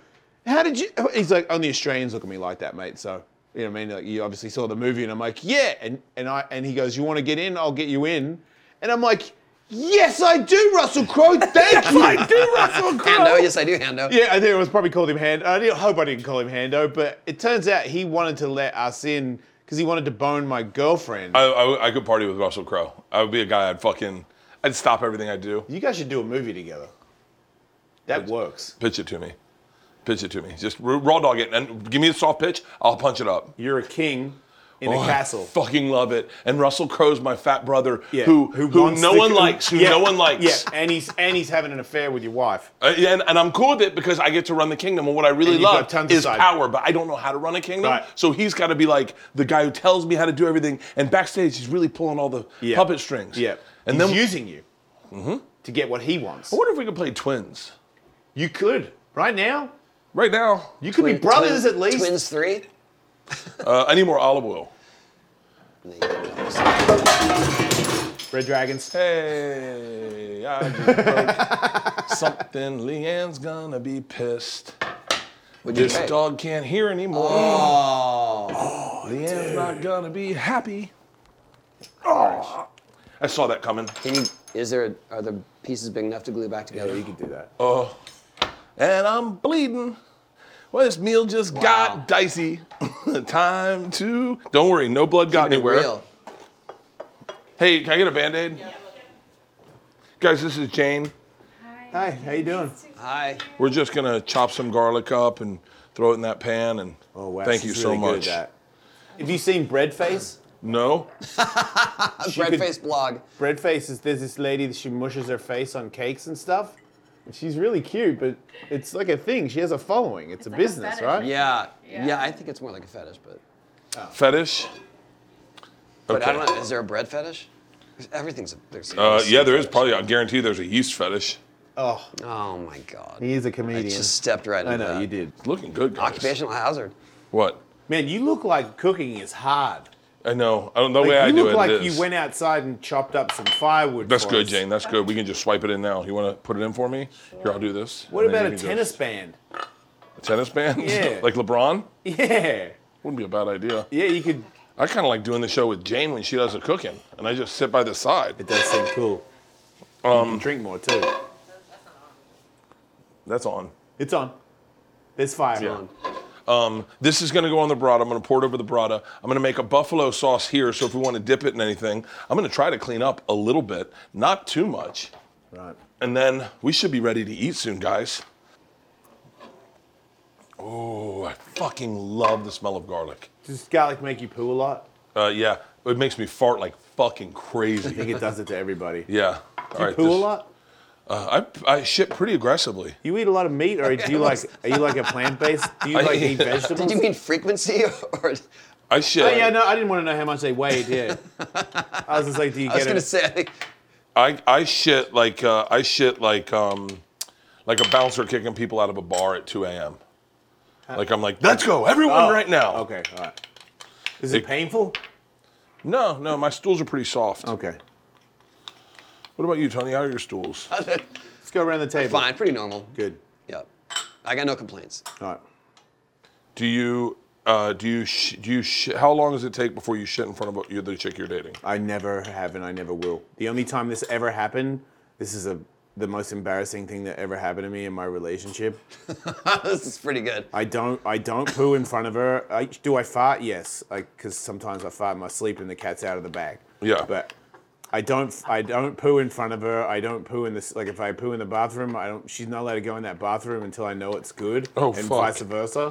Speaker 2: How did you?" oh, He's like, "Only Australians look at me like that, mate." So. You know what I mean? Like you obviously saw the movie, and I'm like, yeah. And and I and he goes, you want to get in? I'll get you in. And I'm like, yes, I do, Russell Crowe. Thank you. I do, Russell
Speaker 4: Hando, yes I do. Hando.
Speaker 2: yeah, I think it was probably called him Hando. I didn't, hope I didn't call him Hando, but it turns out he wanted to let us in because he wanted to bone my girlfriend.
Speaker 1: I, I, I could party with Russell Crowe. I would be a guy I'd fucking, I'd stop everything I do.
Speaker 2: you guys should do a movie together. That works.
Speaker 1: Pitch it to me. Pitch it to me. Just r- raw dog it and give me a soft pitch. I'll punch it up.
Speaker 2: You're a king in
Speaker 1: Oh,
Speaker 2: a
Speaker 1: I
Speaker 2: castle.
Speaker 1: fucking love it. And Russell Crowe's my fat brother
Speaker 2: Yeah,
Speaker 1: who who,
Speaker 2: wants
Speaker 1: no
Speaker 2: the-
Speaker 1: one likes, who
Speaker 2: yeah,
Speaker 1: no one likes.
Speaker 2: Yeah, and he's and he's having an affair with your wife.
Speaker 1: Uh, yeah, and, and I'm cool with it because I get to run the kingdom. And what I really
Speaker 2: And you've got
Speaker 1: love
Speaker 2: tons of
Speaker 1: is
Speaker 2: side.
Speaker 1: power, but I don't know how to run a kingdom.
Speaker 2: Right.
Speaker 1: So he's got to be like the guy who tells me how to do everything. And backstage, he's really pulling all the
Speaker 2: Yeah.
Speaker 1: puppet strings.
Speaker 2: Yeah,
Speaker 1: And
Speaker 2: and he's
Speaker 1: then
Speaker 2: using you to get what he wants.
Speaker 1: I wonder if we could play twins
Speaker 2: You could right now.
Speaker 1: right now.
Speaker 2: You could be
Speaker 4: Twin-
Speaker 2: brothers
Speaker 4: twin-
Speaker 2: at least.
Speaker 4: Twins three.
Speaker 1: Uh, I need more olive oil.
Speaker 2: Red Dragons.
Speaker 1: Hey, I just broke something. Leanne's gonna be pissed.
Speaker 4: Would you
Speaker 1: This
Speaker 4: pay? Oh.
Speaker 1: dog can't hear anymore. Leanne's not gonna be happy. Oh. I saw that coming.
Speaker 4: Can you? Is there? A, are the pieces big enough to glue back together?
Speaker 2: You could do that.
Speaker 1: Oh. And I'm bleeding. Well, this meal just got dicey. Time to. Don't worry, no blood got anywhere.
Speaker 4: Real.
Speaker 1: Hey, can I get a band aid? Guys, this is Jane.
Speaker 2: Hi, how you doing?
Speaker 4: Hi.
Speaker 1: We're just gonna chop some garlic up and throw it in that pan. And
Speaker 2: Oh, wow.
Speaker 1: thank
Speaker 2: she's
Speaker 1: you so
Speaker 2: really
Speaker 1: much.
Speaker 2: Good at that. Have you seen Breadface?
Speaker 1: No,
Speaker 2: She
Speaker 4: Red
Speaker 2: could-
Speaker 4: face blog.
Speaker 2: Breadface is there's this lady that she mushes her face on cakes and stuff. And She's really cute, but it's like a thing. She has a following. It's, a
Speaker 6: like a
Speaker 2: business,
Speaker 6: fetish.
Speaker 2: right?
Speaker 4: Yeah. yeah.
Speaker 6: Yeah.
Speaker 4: I think it's more like a fetish, but.
Speaker 1: fetish.
Speaker 4: But I
Speaker 1: Okay.
Speaker 4: don't know. Is there a bread fetish? 'Cause Everything's a, there's. a
Speaker 1: Uh,
Speaker 4: yeast
Speaker 1: yeah, there is
Speaker 4: fetish.
Speaker 1: probably. I guarantee there's a yeast fetish.
Speaker 2: Oh,
Speaker 4: Oh my God.
Speaker 2: he is a
Speaker 4: I
Speaker 2: comedian.
Speaker 4: just
Speaker 1: uh,
Speaker 4: stepped right into
Speaker 2: I know
Speaker 4: that.
Speaker 2: you did.
Speaker 1: It's looking good, guys.
Speaker 4: Occupational hazard.
Speaker 1: What?
Speaker 2: Man, you look like cooking is hard.
Speaker 1: I know. I don't know the
Speaker 2: Like,
Speaker 1: way I
Speaker 2: you
Speaker 1: do
Speaker 2: look
Speaker 1: it.
Speaker 2: like
Speaker 1: it is.
Speaker 2: you went outside and chopped up some firewood.
Speaker 1: That's
Speaker 2: for
Speaker 1: good,
Speaker 2: us.
Speaker 1: Jane. That's good. We can just swipe it in now. You want to put it in for me? Here, I'll do this.
Speaker 2: What
Speaker 1: And then
Speaker 2: about a
Speaker 1: you can
Speaker 2: tennis
Speaker 1: Just,
Speaker 2: band?
Speaker 1: a tennis band?
Speaker 2: Yeah.
Speaker 1: like LeBron?
Speaker 2: Yeah,
Speaker 1: Wouldn't be a bad idea.
Speaker 2: yeah, you could.
Speaker 1: I kind of like doing the show with Jane when she does the cooking, and I just sit by the side.
Speaker 2: It does seem cool. Um, drink more too.
Speaker 1: That's on.
Speaker 2: It's on. There's fire.
Speaker 1: Yeah. Um, this is going to go on the burrata. I'm going to pour it over the burrata. I'm going to make a buffalo sauce here. So if we want to dip it in anything, I'm going to try to clean up a little bit, not too much.
Speaker 2: Right.
Speaker 1: And then we should be ready to eat soon, guys. Oh, I fucking love the smell of garlic.
Speaker 2: Does garlic make you poo a lot?
Speaker 1: Uh, yeah, it makes me fart like fucking
Speaker 2: I think
Speaker 1: crazy.
Speaker 2: it does it to everybody.
Speaker 1: yeah. All right.
Speaker 2: Poo a
Speaker 1: this-
Speaker 2: lot?
Speaker 1: Uh, I, I shit pretty aggressively.
Speaker 2: You eat a lot of meat, or do you like? Are you like a plant based? Do you
Speaker 1: I-
Speaker 2: like eat vegetables?
Speaker 4: Did you mean frequency or?
Speaker 1: I shit.
Speaker 2: Oh, yeah, no, I didn't want to know how much they weighed. Yeah, I was just like, do you
Speaker 4: I was
Speaker 2: get
Speaker 4: gonna
Speaker 2: it?
Speaker 4: say. I think,
Speaker 1: I, I shit like uh, I shit like um, like a bouncer kicking people out of a bar at 2 a.m. Like I'm like, let's go, everyone,
Speaker 2: Uh, Oh,
Speaker 1: right now.
Speaker 2: Okay, all right. Is it,
Speaker 1: It-
Speaker 2: painful?
Speaker 1: No, no, my stools are pretty soft.
Speaker 2: Okay,
Speaker 1: What about you, Tony? How are your stools?
Speaker 2: let's go around the table.
Speaker 4: fine, pretty normal.
Speaker 2: Good.
Speaker 4: Yep. I got no complaints.
Speaker 2: All right.
Speaker 1: Do you uh, do you sh- do you sh- how long does it take before you shit in front of you- the chick you're dating?
Speaker 2: I never have, and I never will. The only time this ever happened, this is a the most embarrassing thing that ever happened to me in my relationship.
Speaker 4: this is pretty good.
Speaker 2: I don't, I don't poo in front of her. I, do I fart? Yes, because sometimes I fart in my sleep and the cat's out of the bag.
Speaker 1: Yeah.
Speaker 2: But I don't, I don't poo in front of her. I don't poo in this. Like if I poo in the bathroom, I don't. She's not allowed to go in that bathroom until I know it's good.
Speaker 1: Oh,
Speaker 2: And
Speaker 1: fuck.
Speaker 2: vice versa.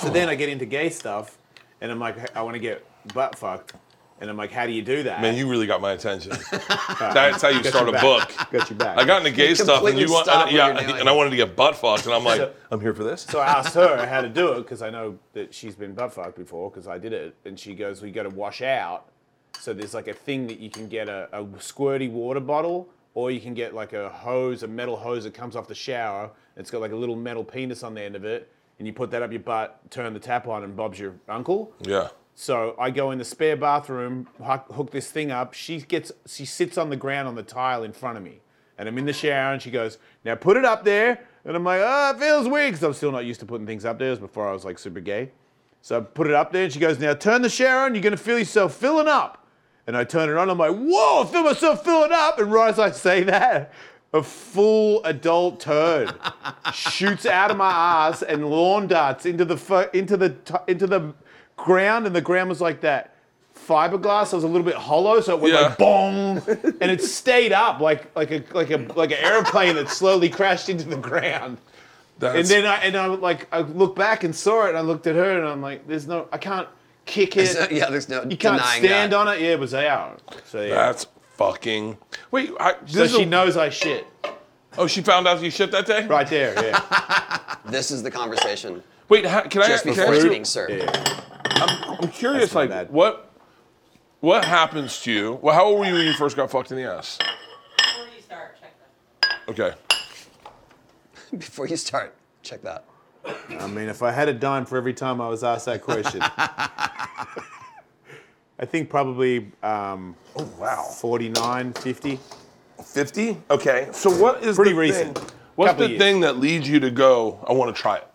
Speaker 2: So then I get into gay stuff, and I'm like, I want to get butt fucked, and I'm like, how do you do that?
Speaker 1: Man, you really got my attention. That's how you start a book.
Speaker 2: got you back.
Speaker 1: I got into gay stuff, and
Speaker 4: completely
Speaker 1: you want,
Speaker 4: stopped what
Speaker 1: yeah,
Speaker 4: you're doing.
Speaker 1: and I wanted to get butt fucked, and I'm like, I'm here for this.
Speaker 2: So I asked her how to do it because I know that she's been butt fucked before because I did it, and she goes, "We got to wash out." So there's like a thing that you can get a, a squirty water bottle, or you can get like a hose, a metal hose that comes off the shower. It's got like a little metal penis on the end of it, and you put that up your butt, turn the tap on, and Bob's your uncle.
Speaker 1: Yeah.
Speaker 2: So I go in the spare bathroom, hook, hook this thing up. She gets, she sits on the ground on the tile in front of me, and I'm in the shower, and she goes, "Now put it up there." And I'm like, "Oh, it feels weird," because I'm still not used to putting things up there. It was before I was like super gay. So I put it up there, and she goes, "Now turn the shower on. You're gonna feel yourself filling up." And I turn it on. I'm like, "Whoa!" I feel myself filling up. And right as I say that, a full adult turd shoots out of my ass and lawn darts into the fu- into the t- into the ground, and the ground was like that fiberglass. It was a little bit hollow, so it went
Speaker 1: Yeah.
Speaker 2: like boom, and it stayed up like like a like a like an airplane that slowly crashed into the ground.
Speaker 1: That's,
Speaker 2: And then I and I like I looked back and saw it, and I looked at her, and I'm like, "There's no, I can't kick it.
Speaker 4: So, yeah, there's no
Speaker 2: you can't
Speaker 4: denying
Speaker 2: stand
Speaker 4: that.
Speaker 2: on it." Yeah, it was out. So yeah,
Speaker 1: that's fucking. Wait, I,
Speaker 2: so
Speaker 1: this is
Speaker 2: she
Speaker 1: a-
Speaker 2: knows I shit
Speaker 1: Oh, she found out you shit that day.
Speaker 2: right there. Yeah,
Speaker 4: This is the conversation
Speaker 1: Wait, how, can I?
Speaker 4: just
Speaker 1: can I
Speaker 4: before
Speaker 1: ask
Speaker 4: it's
Speaker 1: you-
Speaker 4: being served.
Speaker 1: I'm curious.
Speaker 2: my
Speaker 1: Like,
Speaker 2: bad.
Speaker 1: what what happens to you? Well, how old were you when you first got fucked in the ass?
Speaker 6: Before you start, check that.
Speaker 1: Okay.
Speaker 4: Before you start, check that.
Speaker 2: I mean, if I had a dime for every time I was asked that question, I think probably um,
Speaker 1: Oh wow.
Speaker 2: 49, 50.
Speaker 1: Fifty. Okay. So what is
Speaker 2: Pretty
Speaker 1: the
Speaker 2: recent.
Speaker 1: Thing, what's
Speaker 2: Couple
Speaker 1: the
Speaker 2: years.
Speaker 1: thing that leads you to go? I want to try it.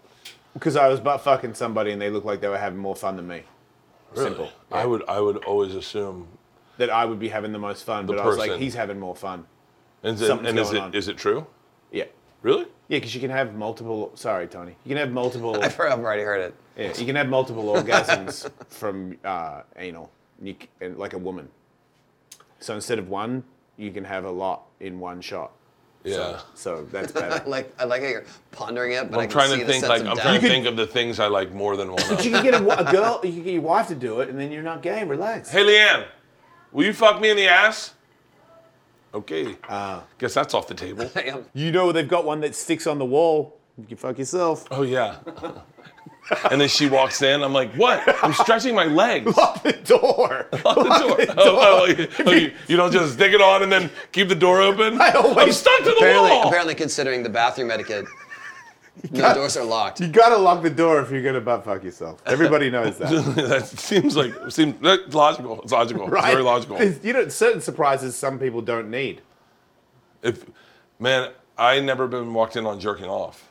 Speaker 2: Because I was butt fucking somebody, and they looked like they were having more fun than me. Simple.
Speaker 1: I would. I would always assume.
Speaker 2: That I would be having the most fun, but I was like,
Speaker 1: person.
Speaker 2: he's having more fun.
Speaker 1: And, is it-
Speaker 2: Something's
Speaker 1: and is
Speaker 2: going
Speaker 1: it
Speaker 2: on.
Speaker 1: is it true?
Speaker 2: Yeah.
Speaker 1: Really?
Speaker 2: Yeah, because you can have multiple. Sorry, Tony. You can have multiple.
Speaker 4: I've heard- I've already heard it.
Speaker 2: Yeah, you can have multiple orgasms from uh, anal, you c- and like a woman. So instead of one, you can have a lot in one shot.
Speaker 1: Yeah.
Speaker 2: So that's
Speaker 4: I
Speaker 2: better.
Speaker 4: like I like how you're pondering it, but I
Speaker 1: I'm
Speaker 4: can
Speaker 1: trying
Speaker 4: see
Speaker 1: to
Speaker 4: the
Speaker 1: think.
Speaker 4: sense
Speaker 1: Like
Speaker 4: of
Speaker 1: I'm
Speaker 4: doubt.
Speaker 1: trying to think of the things I like more than one. of.
Speaker 2: you can get a, wa- a girl, you can get your wife to do it, and then you're not gay. Relax.
Speaker 1: Hey, Leanne, will you fuck me in the ass? Okay.
Speaker 4: Ah.
Speaker 1: Guess that's off the table.
Speaker 4: Damn.
Speaker 2: You know they've got one that sticks on the wall. You can fuck yourself.
Speaker 1: Oh yeah. and then she walks in. I'm like, what? I'm stretching my legs.
Speaker 2: Lock the door.
Speaker 1: Lock the door.
Speaker 2: the
Speaker 1: Oh, oh,
Speaker 2: door.
Speaker 1: you- oh, you, you don't just stick it on and then keep the door open.
Speaker 2: I always-
Speaker 1: am stuck to the
Speaker 4: Apparently,
Speaker 1: wall.
Speaker 4: apparently, considering the bathroom etiquette, no
Speaker 2: got-
Speaker 4: doors are locked.
Speaker 2: You gotta lock the door if you're gonna butt fuck yourself. Everybody knows that.
Speaker 1: that seems like seems that's logical. It's logical. It's very logical.
Speaker 2: There's- You know, certain surprises some people don't need.
Speaker 1: If man, I never been walked in on jerking off.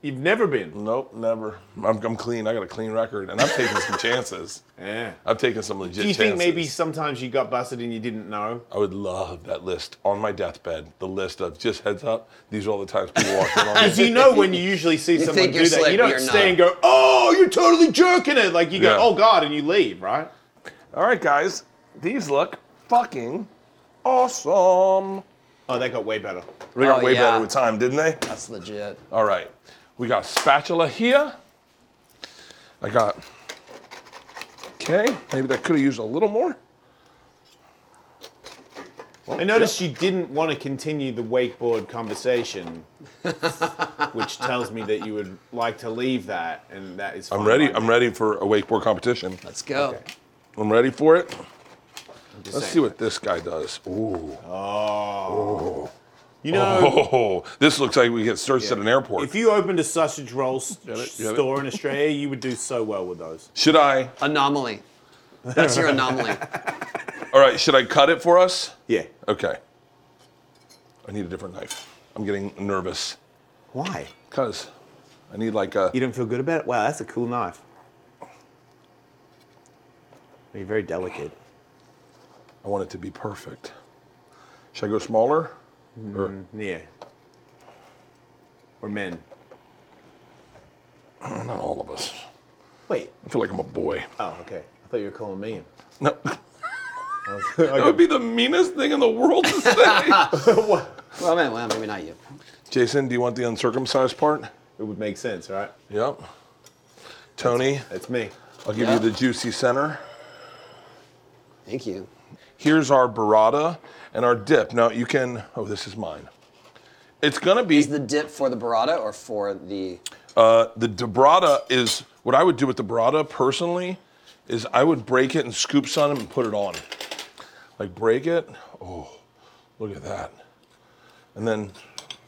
Speaker 2: You've never been.
Speaker 1: Nope, never. I'm, I'm clean. I got a clean record, and I've taken some chances.
Speaker 2: Yeah.
Speaker 1: I've taken some legit.
Speaker 2: Do you think maybe
Speaker 1: chances.
Speaker 2: sometimes you got busted and you didn't know?
Speaker 1: I would love that list on my deathbed. The list of just heads up. These are all the times people walking on.
Speaker 2: Because you know when you usually see someone
Speaker 4: think you're
Speaker 2: do that,
Speaker 4: slick,
Speaker 2: you don't
Speaker 4: you're
Speaker 2: stay
Speaker 4: not.
Speaker 2: and go, "Oh, you're totally jerking it." Like you go,
Speaker 1: Yeah.
Speaker 2: "Oh God," and you leave, right?
Speaker 1: All right, guys. These look fucking awesome.
Speaker 2: Oh, that got way better.
Speaker 1: They got
Speaker 4: Oh,
Speaker 1: way
Speaker 4: yeah.
Speaker 1: better with time, didn't they?
Speaker 4: That's legit.
Speaker 1: All right. We got spatula here. I got. Okay, maybe that could have used a little more.
Speaker 2: I noticed you didn't want to continue the wakeboard conversation, which tells me that you would like to leave that, and that is.
Speaker 1: I'm ready. I'm ready for a wakeboard competition.
Speaker 4: Let's go.
Speaker 1: I'm ready for it. Let's see what this guy does. Ooh.
Speaker 2: Oh. You know,
Speaker 1: Oh, this looks like we get searched at an airport.
Speaker 2: if you opened a sausage roll s-
Speaker 1: it, get it.
Speaker 2: store in Australia, you would do so well with those.
Speaker 1: should I?
Speaker 4: Anomaly. That's your anomaly.
Speaker 1: All right, should I cut it for us?
Speaker 2: Yeah.
Speaker 1: Okay. I need a different knife. I'm getting nervous
Speaker 2: Why?
Speaker 1: because I need like a.
Speaker 2: You don't feel good about it? Wow, that's a cool knife. You're very delicate.
Speaker 1: I want it to be perfect. Should I go smaller? Or
Speaker 2: Yeah. Or men.
Speaker 1: not all of us.
Speaker 2: Wait.
Speaker 1: I feel like I'm a boy.
Speaker 2: Oh, okay. I thought you were calling me. in.
Speaker 1: No. That would be the meanest thing in the world to say.
Speaker 4: well, man, well, maybe not you.
Speaker 1: Jason, do you want the uncircumcised part?
Speaker 2: It would make sense, right?
Speaker 1: Yep. Tony,
Speaker 2: That's me.
Speaker 1: I'll give
Speaker 4: Yeah.
Speaker 1: you the juicy center.
Speaker 4: Thank you.
Speaker 1: Here's our burrata and our dip. Now you can. Oh, this is mine. It's gonna be
Speaker 4: Is the dip for the burrata or for the?
Speaker 1: uh, the d- burrata is what I would do with the burrata personally is I would break it and scoop some and put it on. Like break it. Oh, look at that. And then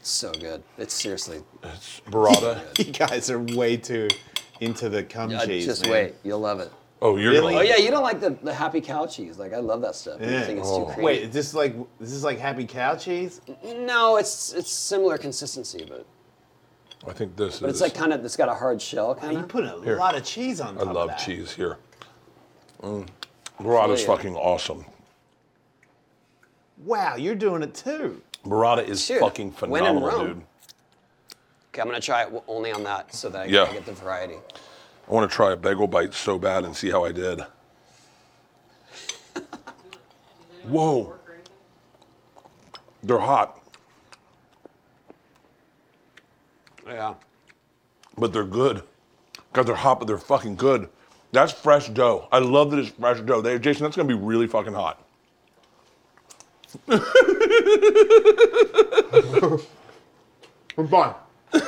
Speaker 4: So good. It's seriously.
Speaker 1: it's burrata.
Speaker 2: You guys are way too into the cum
Speaker 4: Uh,
Speaker 2: cheese.
Speaker 4: just
Speaker 2: man.
Speaker 4: wait. You'll love it.
Speaker 1: Oh, you're
Speaker 2: Really?
Speaker 1: gonna.
Speaker 4: Oh
Speaker 1: like
Speaker 4: yeah,
Speaker 1: it.
Speaker 4: you don't like the, the happy cow cheese. Like I love that stuff. I think it's too creamy. Uh-huh.
Speaker 2: Wait, is this like is this like happy cow cheese?
Speaker 4: No, it's it's similar consistency, but
Speaker 1: I think this
Speaker 4: but
Speaker 1: is.
Speaker 4: it's like kind of it's got a hard shell kind
Speaker 2: You
Speaker 4: of.
Speaker 2: put a lot of cheese on
Speaker 1: I
Speaker 2: top of
Speaker 1: love
Speaker 2: that.
Speaker 1: cheese here. Mm. Burrata's
Speaker 4: Flavor.
Speaker 1: fucking awesome.
Speaker 2: Wow, you're doing it too.
Speaker 1: Burrata is
Speaker 4: Dude,
Speaker 1: fucking
Speaker 4: when in
Speaker 1: phenomenal,
Speaker 4: Rome.
Speaker 1: dude.
Speaker 4: Okay, I'm gonna try it w- only on that so that I,
Speaker 1: Yeah.
Speaker 4: I get the variety.
Speaker 1: I want to try a bagel bite so bad and see how I did. Whoa, they're hot,
Speaker 4: Yeah.
Speaker 1: but they're good. God, they're hot, but they're fucking good. That's fresh dough. I love that it's fresh dough. There, Jason, that's gonna be really fucking hot.
Speaker 2: I'm fine.
Speaker 4: All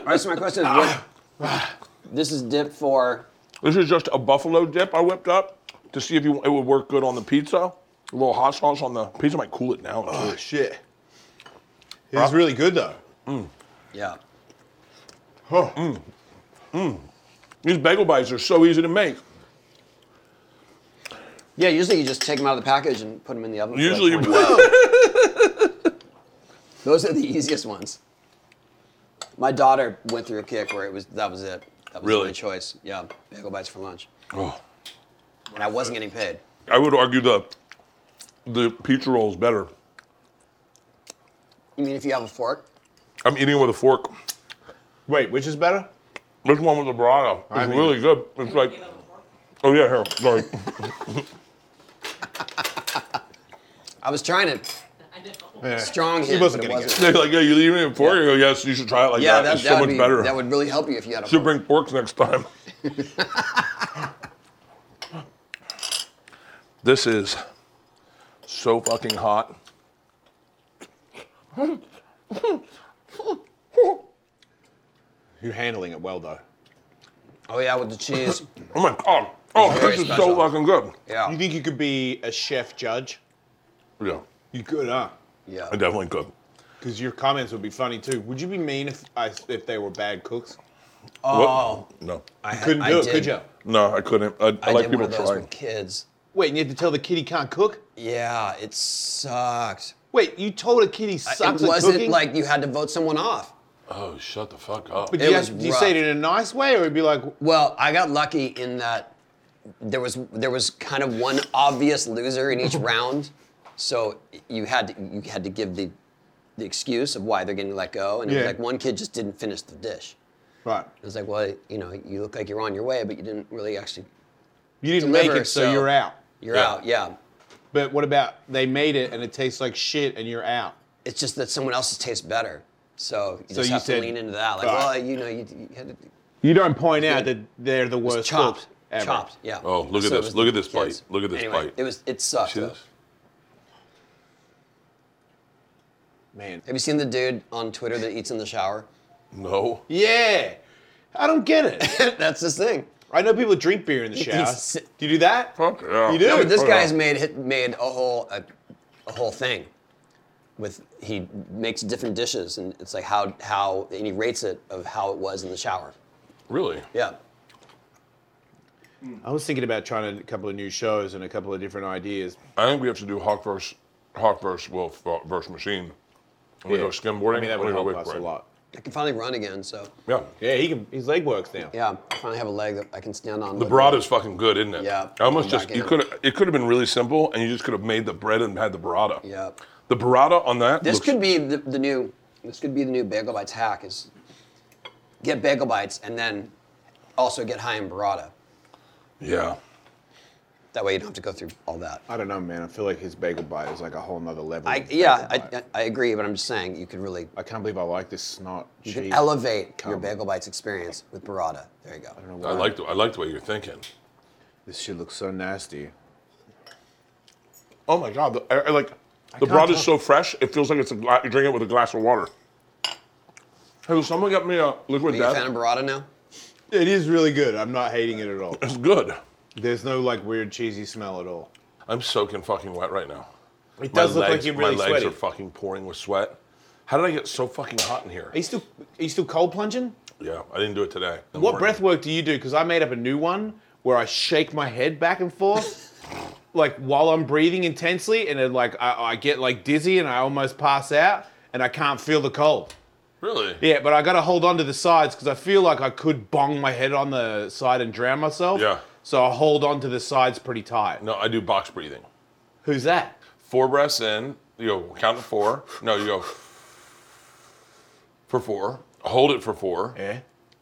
Speaker 4: right. So my question is, what, this is dip for
Speaker 1: This is just a buffalo dip I whipped up to see if you, it would work good on the pizza. A little hot sauce on the pizza might cool it down.
Speaker 2: Oh
Speaker 1: too.
Speaker 2: shit. It's really good though.
Speaker 4: yeah.
Speaker 1: These bagel bites are so easy to make.
Speaker 4: Yeah. Usually you just take them out of the package and put them in the oven. for like
Speaker 1: Usually you
Speaker 4: 20 minutes. Those are the easiest ones. My daughter went through a kick where it was that was it. That was
Speaker 1: Really?
Speaker 4: my choice. Yeah, bagel bites for lunch,
Speaker 1: Oh.
Speaker 4: and I wasn't getting paid.
Speaker 1: I would argue the the pizza roll is better.
Speaker 4: You mean if you have a fork?
Speaker 1: I'm eating with a fork.
Speaker 2: Wait, which is better?
Speaker 1: This one with the burrata is
Speaker 2: mean-
Speaker 1: really good. It's like, oh yeah, here, sorry.
Speaker 4: I was trying to
Speaker 1: Eh,
Speaker 4: strong hit,
Speaker 2: wasn't
Speaker 4: but it
Speaker 2: gonna
Speaker 4: wasn't.
Speaker 1: They're like, yeah, you leave me a fork.
Speaker 4: Yeah.
Speaker 1: I go, yes, you should try it like that.
Speaker 4: Yeah, that,
Speaker 1: It's
Speaker 4: that
Speaker 1: so
Speaker 4: would
Speaker 1: much
Speaker 4: be,
Speaker 1: better.
Speaker 4: that would really help you if you had a
Speaker 1: Should
Speaker 4: fork.
Speaker 1: bring forks next time. this is so fucking hot.
Speaker 2: You're handling it well though.
Speaker 4: oh yeah, with the cheese.
Speaker 1: Oh my god. Oh,
Speaker 4: It's very
Speaker 1: this is so
Speaker 4: special.
Speaker 1: fucking good.
Speaker 4: Yeah,
Speaker 2: You think you could be a chef judge?
Speaker 1: Yeah,
Speaker 2: You could, huh?
Speaker 4: yeah.
Speaker 1: I definitely could.
Speaker 2: Because your comments would be funny too. Would you be mean if I, if they were bad cooks?
Speaker 4: Oh,
Speaker 1: No.
Speaker 4: I
Speaker 2: You couldn't
Speaker 4: I
Speaker 2: do it,
Speaker 4: did,
Speaker 2: could you?
Speaker 1: No, I couldn't. I, I,
Speaker 4: I
Speaker 1: like
Speaker 4: did
Speaker 1: people
Speaker 4: one of those
Speaker 1: trying.
Speaker 4: with kids.
Speaker 2: Wait, and you have to tell the kid he can't cook?
Speaker 4: Yeah, it sucked.
Speaker 2: Wait, you told a kid he sucks
Speaker 4: Uh,
Speaker 2: at
Speaker 4: it wasn't
Speaker 2: cooking?
Speaker 4: like you had to vote someone off.
Speaker 1: Oh, shut the fuck up.
Speaker 2: Do you,
Speaker 4: was
Speaker 2: do you say it
Speaker 4: rough.
Speaker 2: in a nice way, or it'd be like,
Speaker 4: Well, I got lucky in that there was there was kind of one obvious loser in each round, so you had to, you had to give the the excuse of why they're getting let go, and it was
Speaker 2: Yeah.
Speaker 4: like one kid just didn't finish the dish.
Speaker 2: right?
Speaker 4: It was like, well, you know, you look like you're on your way, but you didn't really actually.
Speaker 2: You didn't
Speaker 4: Deliver,
Speaker 2: make it, so,
Speaker 4: so-
Speaker 2: you're out.
Speaker 4: You're
Speaker 1: Yeah.
Speaker 4: out, yeah.
Speaker 2: But what about they made it and it tastes like shit, and you're out?
Speaker 4: It's just that someone else's tastes better, so you
Speaker 2: So
Speaker 4: just
Speaker 2: you
Speaker 4: have
Speaker 2: said-
Speaker 4: to lean into that. Like,
Speaker 2: All
Speaker 4: well,
Speaker 2: right.
Speaker 4: you know, you, you had to,
Speaker 2: You don't point out that they're the worst
Speaker 4: chopped,
Speaker 2: cooks ever.
Speaker 4: chopped, yeah.
Speaker 1: Oh, look at
Speaker 4: it
Speaker 1: this,
Speaker 4: was
Speaker 1: look
Speaker 4: the
Speaker 1: at this bite,
Speaker 4: kids.
Speaker 1: look at this
Speaker 4: Anyway,
Speaker 1: bite.
Speaker 4: It was it sucked.
Speaker 1: See
Speaker 4: though.
Speaker 1: this?
Speaker 2: man.
Speaker 4: Have you seen the dude on Twitter that eats in the shower?
Speaker 1: No.
Speaker 2: Yeah, I don't get it.
Speaker 4: That's his thing.
Speaker 2: I know people drink beer in the shower.
Speaker 4: He's si-
Speaker 2: Do you do that?
Speaker 1: Fuck yeah.
Speaker 2: You do.
Speaker 4: No, but this
Speaker 1: Oh,
Speaker 4: guy's
Speaker 1: yeah.
Speaker 4: made hit- made a whole a, a whole thing. With he makes different dishes, and it's like how how and he rates it of how it was in the shower.
Speaker 1: Really?
Speaker 4: Yeah.
Speaker 2: I was thinking about trying a couple of new shows and a couple of different ideas.
Speaker 1: I think we have to do Hawk versus Hawk versus Wolf versus Machine. And we
Speaker 2: Yeah.
Speaker 1: go skimboarding.
Speaker 2: I mean, that
Speaker 1: and
Speaker 2: would
Speaker 1: we go
Speaker 2: help
Speaker 1: wake
Speaker 2: us a
Speaker 1: riding.
Speaker 2: lot.
Speaker 4: I can finally run again, so
Speaker 1: Yeah.
Speaker 2: Yeah, he can. His leg works now.
Speaker 4: yeah, I finally have a leg that I can stand on.
Speaker 1: The broad is fucking good, isn't it?
Speaker 4: Yeah.
Speaker 1: I almost
Speaker 4: I'm
Speaker 1: just
Speaker 4: back
Speaker 1: you
Speaker 4: in.
Speaker 1: could it could have been really simple, and you just could have made the bread and had the burrata.
Speaker 4: Yeah.
Speaker 1: The burrata on that.
Speaker 4: This
Speaker 1: looks-
Speaker 4: could be the, the new. This could be the new bagel bites hack is get bagel bites and then also get high in burrata.
Speaker 1: Yeah.
Speaker 4: That way you don't have to go through all that.
Speaker 2: I don't know, man. I feel like his bagel bite is like a whole nother level.
Speaker 4: I
Speaker 2: of
Speaker 4: yeah,
Speaker 2: bagel
Speaker 4: I,
Speaker 2: bite.
Speaker 4: I, I agree, but I'm just saying you could really
Speaker 2: I can't believe I like this snot.
Speaker 4: you could
Speaker 2: cheese.
Speaker 4: elevate your
Speaker 2: Come.
Speaker 4: bagel bites experience with burrata. There you go.
Speaker 2: I don't know
Speaker 1: I
Speaker 2: why.
Speaker 1: like the I like the way you're thinking.
Speaker 2: This shit looks so nasty.
Speaker 1: Oh my god! The, I, I like the broth is so fresh. It feels like it's a gla- you drink it with a glass of water. Hey, will someone get me a liquid
Speaker 4: Are you a fan
Speaker 1: death?
Speaker 4: of burrata now?
Speaker 2: It is really good. I'm not hating it at all.
Speaker 1: It's good.
Speaker 2: There's no like weird cheesy smell at all.
Speaker 1: I'm soaking fucking wet right now.
Speaker 2: It
Speaker 1: My
Speaker 2: does look
Speaker 1: legs-
Speaker 2: like you're really
Speaker 1: My legs
Speaker 2: sweaty.
Speaker 1: are fucking pouring with sweat. How did I get so fucking hot in here?
Speaker 2: Are you still are you still cold plunging?
Speaker 1: Yeah, I didn't do it today. in the
Speaker 2: What
Speaker 1: morning.
Speaker 2: breath work do you do? Because I made up a new one where I shake my head back and forth, like while I'm breathing intensely, and it like I, I get like dizzy and I almost pass out, and I can't feel the cold.
Speaker 1: Really?
Speaker 2: Yeah, but I gotta hold on to the sides because I feel like I could bong my head on the side and drown myself.
Speaker 1: Yeah.
Speaker 2: So I hold on to the sides pretty tight.
Speaker 1: No, I do box breathing.
Speaker 2: Who's that?
Speaker 1: Four breaths in. You go count to four. No, you go for four. Hold it for four.
Speaker 2: Yeah.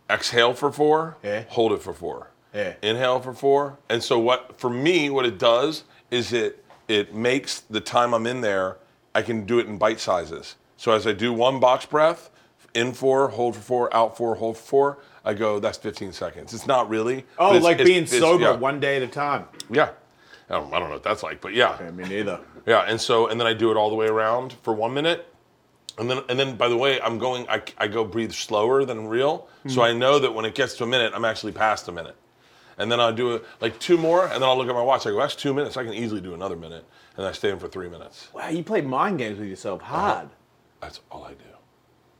Speaker 1: exhale for four,
Speaker 2: Yeah.
Speaker 1: hold it for four,
Speaker 2: Yeah.
Speaker 1: inhale for four. And so what for me, what it does is it it makes the time I'm in there, I can do it in bite sizes. So as I do one box breath, in four, hold for four, out four, hold for four, I go, that's 15 seconds. It's not really. but
Speaker 2: Oh,
Speaker 1: it's-
Speaker 2: like
Speaker 1: it's-
Speaker 2: being
Speaker 1: it's-
Speaker 2: sober
Speaker 1: yeah,
Speaker 2: one day at a time.
Speaker 1: Yeah. I don't, I don't know what that's like, but yeah.
Speaker 2: Yeah, me neither.
Speaker 1: Yeah, and so and then I do it all the way around for one minute, and then and then by the way I'm going I, I go breathe slower than real,
Speaker 2: Hmm.
Speaker 1: so I know that when it gets to a minute I'm actually past a minute, and then I'll do it like two more, and then I'll look at my watch I go that's two minutes I can easily do another minute, and I stay in for three minutes.
Speaker 2: Wow, you play mind games with yourself hard.
Speaker 1: That's all I do.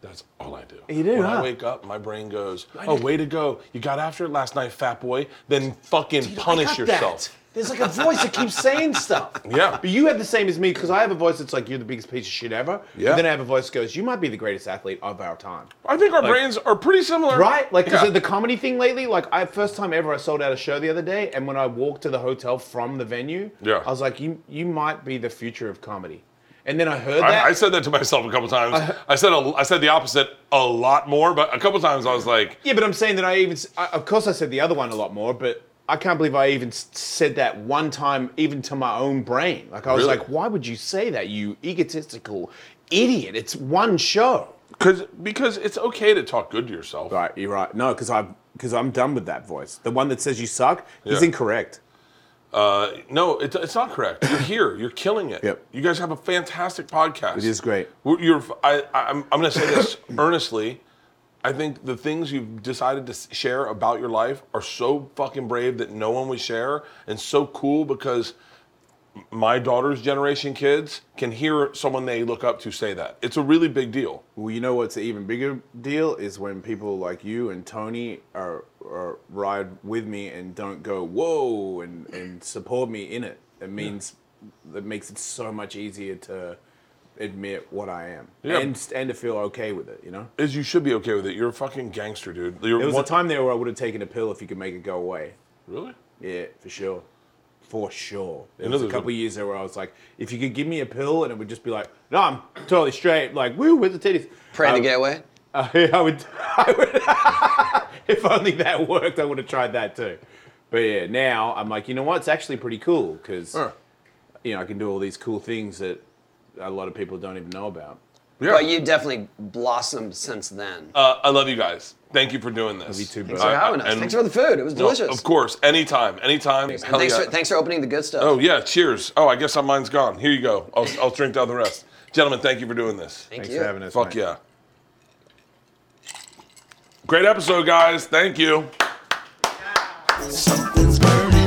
Speaker 1: That's all I do.
Speaker 2: You do,
Speaker 1: When I
Speaker 2: huh?
Speaker 1: wake up, my brain goes, "Oh, way to go! You got after it last night, fat boy. Then fucking punish yourself."
Speaker 2: There's like a voice that keeps saying stuff.
Speaker 1: Yeah.
Speaker 2: But you have the same as me because I have a voice that's like, you're the biggest piece of shit ever.
Speaker 1: Yeah.
Speaker 2: But then I have a voice that goes, you might be the greatest athlete of our time.
Speaker 1: I think our brains are pretty similar,
Speaker 2: Right? Like, because
Speaker 1: Yeah.
Speaker 2: of the comedy thing lately, like, I first time ever I sold out a show the other day, and when I walked to the hotel from the venue,
Speaker 1: Yeah.
Speaker 2: I was like, you you might be the future of comedy. And then I heard that.
Speaker 1: I, I said that to myself a couple times. I, said a, I said the opposite a lot more, but a couple times I was like,
Speaker 2: yeah, but I'm saying that I even, s- I- of course, I said the other one a lot more, but I can't believe I even s- said that one time, even to my own brain. Like, I was
Speaker 1: Really?
Speaker 2: like, why would you say that, you egotistical idiot? It's one show.
Speaker 1: because because it's okay to talk good to yourself.
Speaker 2: Right, you're right. No, because I've because I'm done with that voice. The one that says you suck is
Speaker 1: Yeah.
Speaker 2: incorrect.
Speaker 1: Uh, no, it's it's not correct. You're here. You're killing it.
Speaker 2: Yep.
Speaker 1: You guys have a fantastic podcast.
Speaker 2: It is great.
Speaker 1: We're- You're. I, I- I'm. I'm going to say this earnestly. I think the things you've decided to s- share about your life are so fucking brave that no one would share, and so cool because my daughter's generation kids can hear someone they look up to say that. It's a really big deal.
Speaker 2: Well, you know what's an even bigger deal is when people like you and Tony are, are ride with me and don't go whoa and, and support me in it. It means that makes it so much easier to admit what I am
Speaker 1: Yeah.
Speaker 2: and and to feel okay with it. You know,
Speaker 1: Is you should be okay with it. You're a fucking gangster, dude. You're
Speaker 2: there was
Speaker 1: one-
Speaker 2: a time there where I would have taken a pill if you could make it go away.
Speaker 1: Really?
Speaker 2: Yeah, for sure. For sure. There
Speaker 1: You know
Speaker 2: was a
Speaker 1: there's
Speaker 2: couple
Speaker 1: a-
Speaker 2: years there where I was like, if you could give me a pill and it would just be like, no, I'm totally straight, like, woo, with the titties. Um,
Speaker 4: Praying
Speaker 2: I,
Speaker 4: to get away.
Speaker 2: I, I would, I would if only that worked, I would have tried that too. But yeah, now I'm like, you know what? It's actually pretty cool because, you know, I can do all these cool things that a lot of people don't even know about.
Speaker 1: Yeah.
Speaker 4: But you definitely blossomed since then.
Speaker 1: uh, I love you guys. Thank you for doing this.
Speaker 2: Love you too,
Speaker 4: thanks
Speaker 2: bro.
Speaker 4: for
Speaker 1: I-
Speaker 4: having
Speaker 1: I-
Speaker 4: us.
Speaker 1: and-
Speaker 4: Thanks for the food. It was
Speaker 1: No,
Speaker 4: delicious.
Speaker 1: of course. Anytime. Anytime.
Speaker 4: And
Speaker 1: Hell
Speaker 4: thanks,
Speaker 1: yeah.
Speaker 4: for, thanks for opening the good stuff.
Speaker 1: Oh yeah. Cheers. Oh, I guess mine's gone. Here you go. I'll, I'll drink down the rest. Gentlemen, thank you for doing this.
Speaker 4: Thank
Speaker 2: Thanks
Speaker 4: you.
Speaker 2: for having us.
Speaker 1: Fuck
Speaker 2: mate.
Speaker 1: yeah. Great episode, guys. Thank you.
Speaker 3: Something's burning.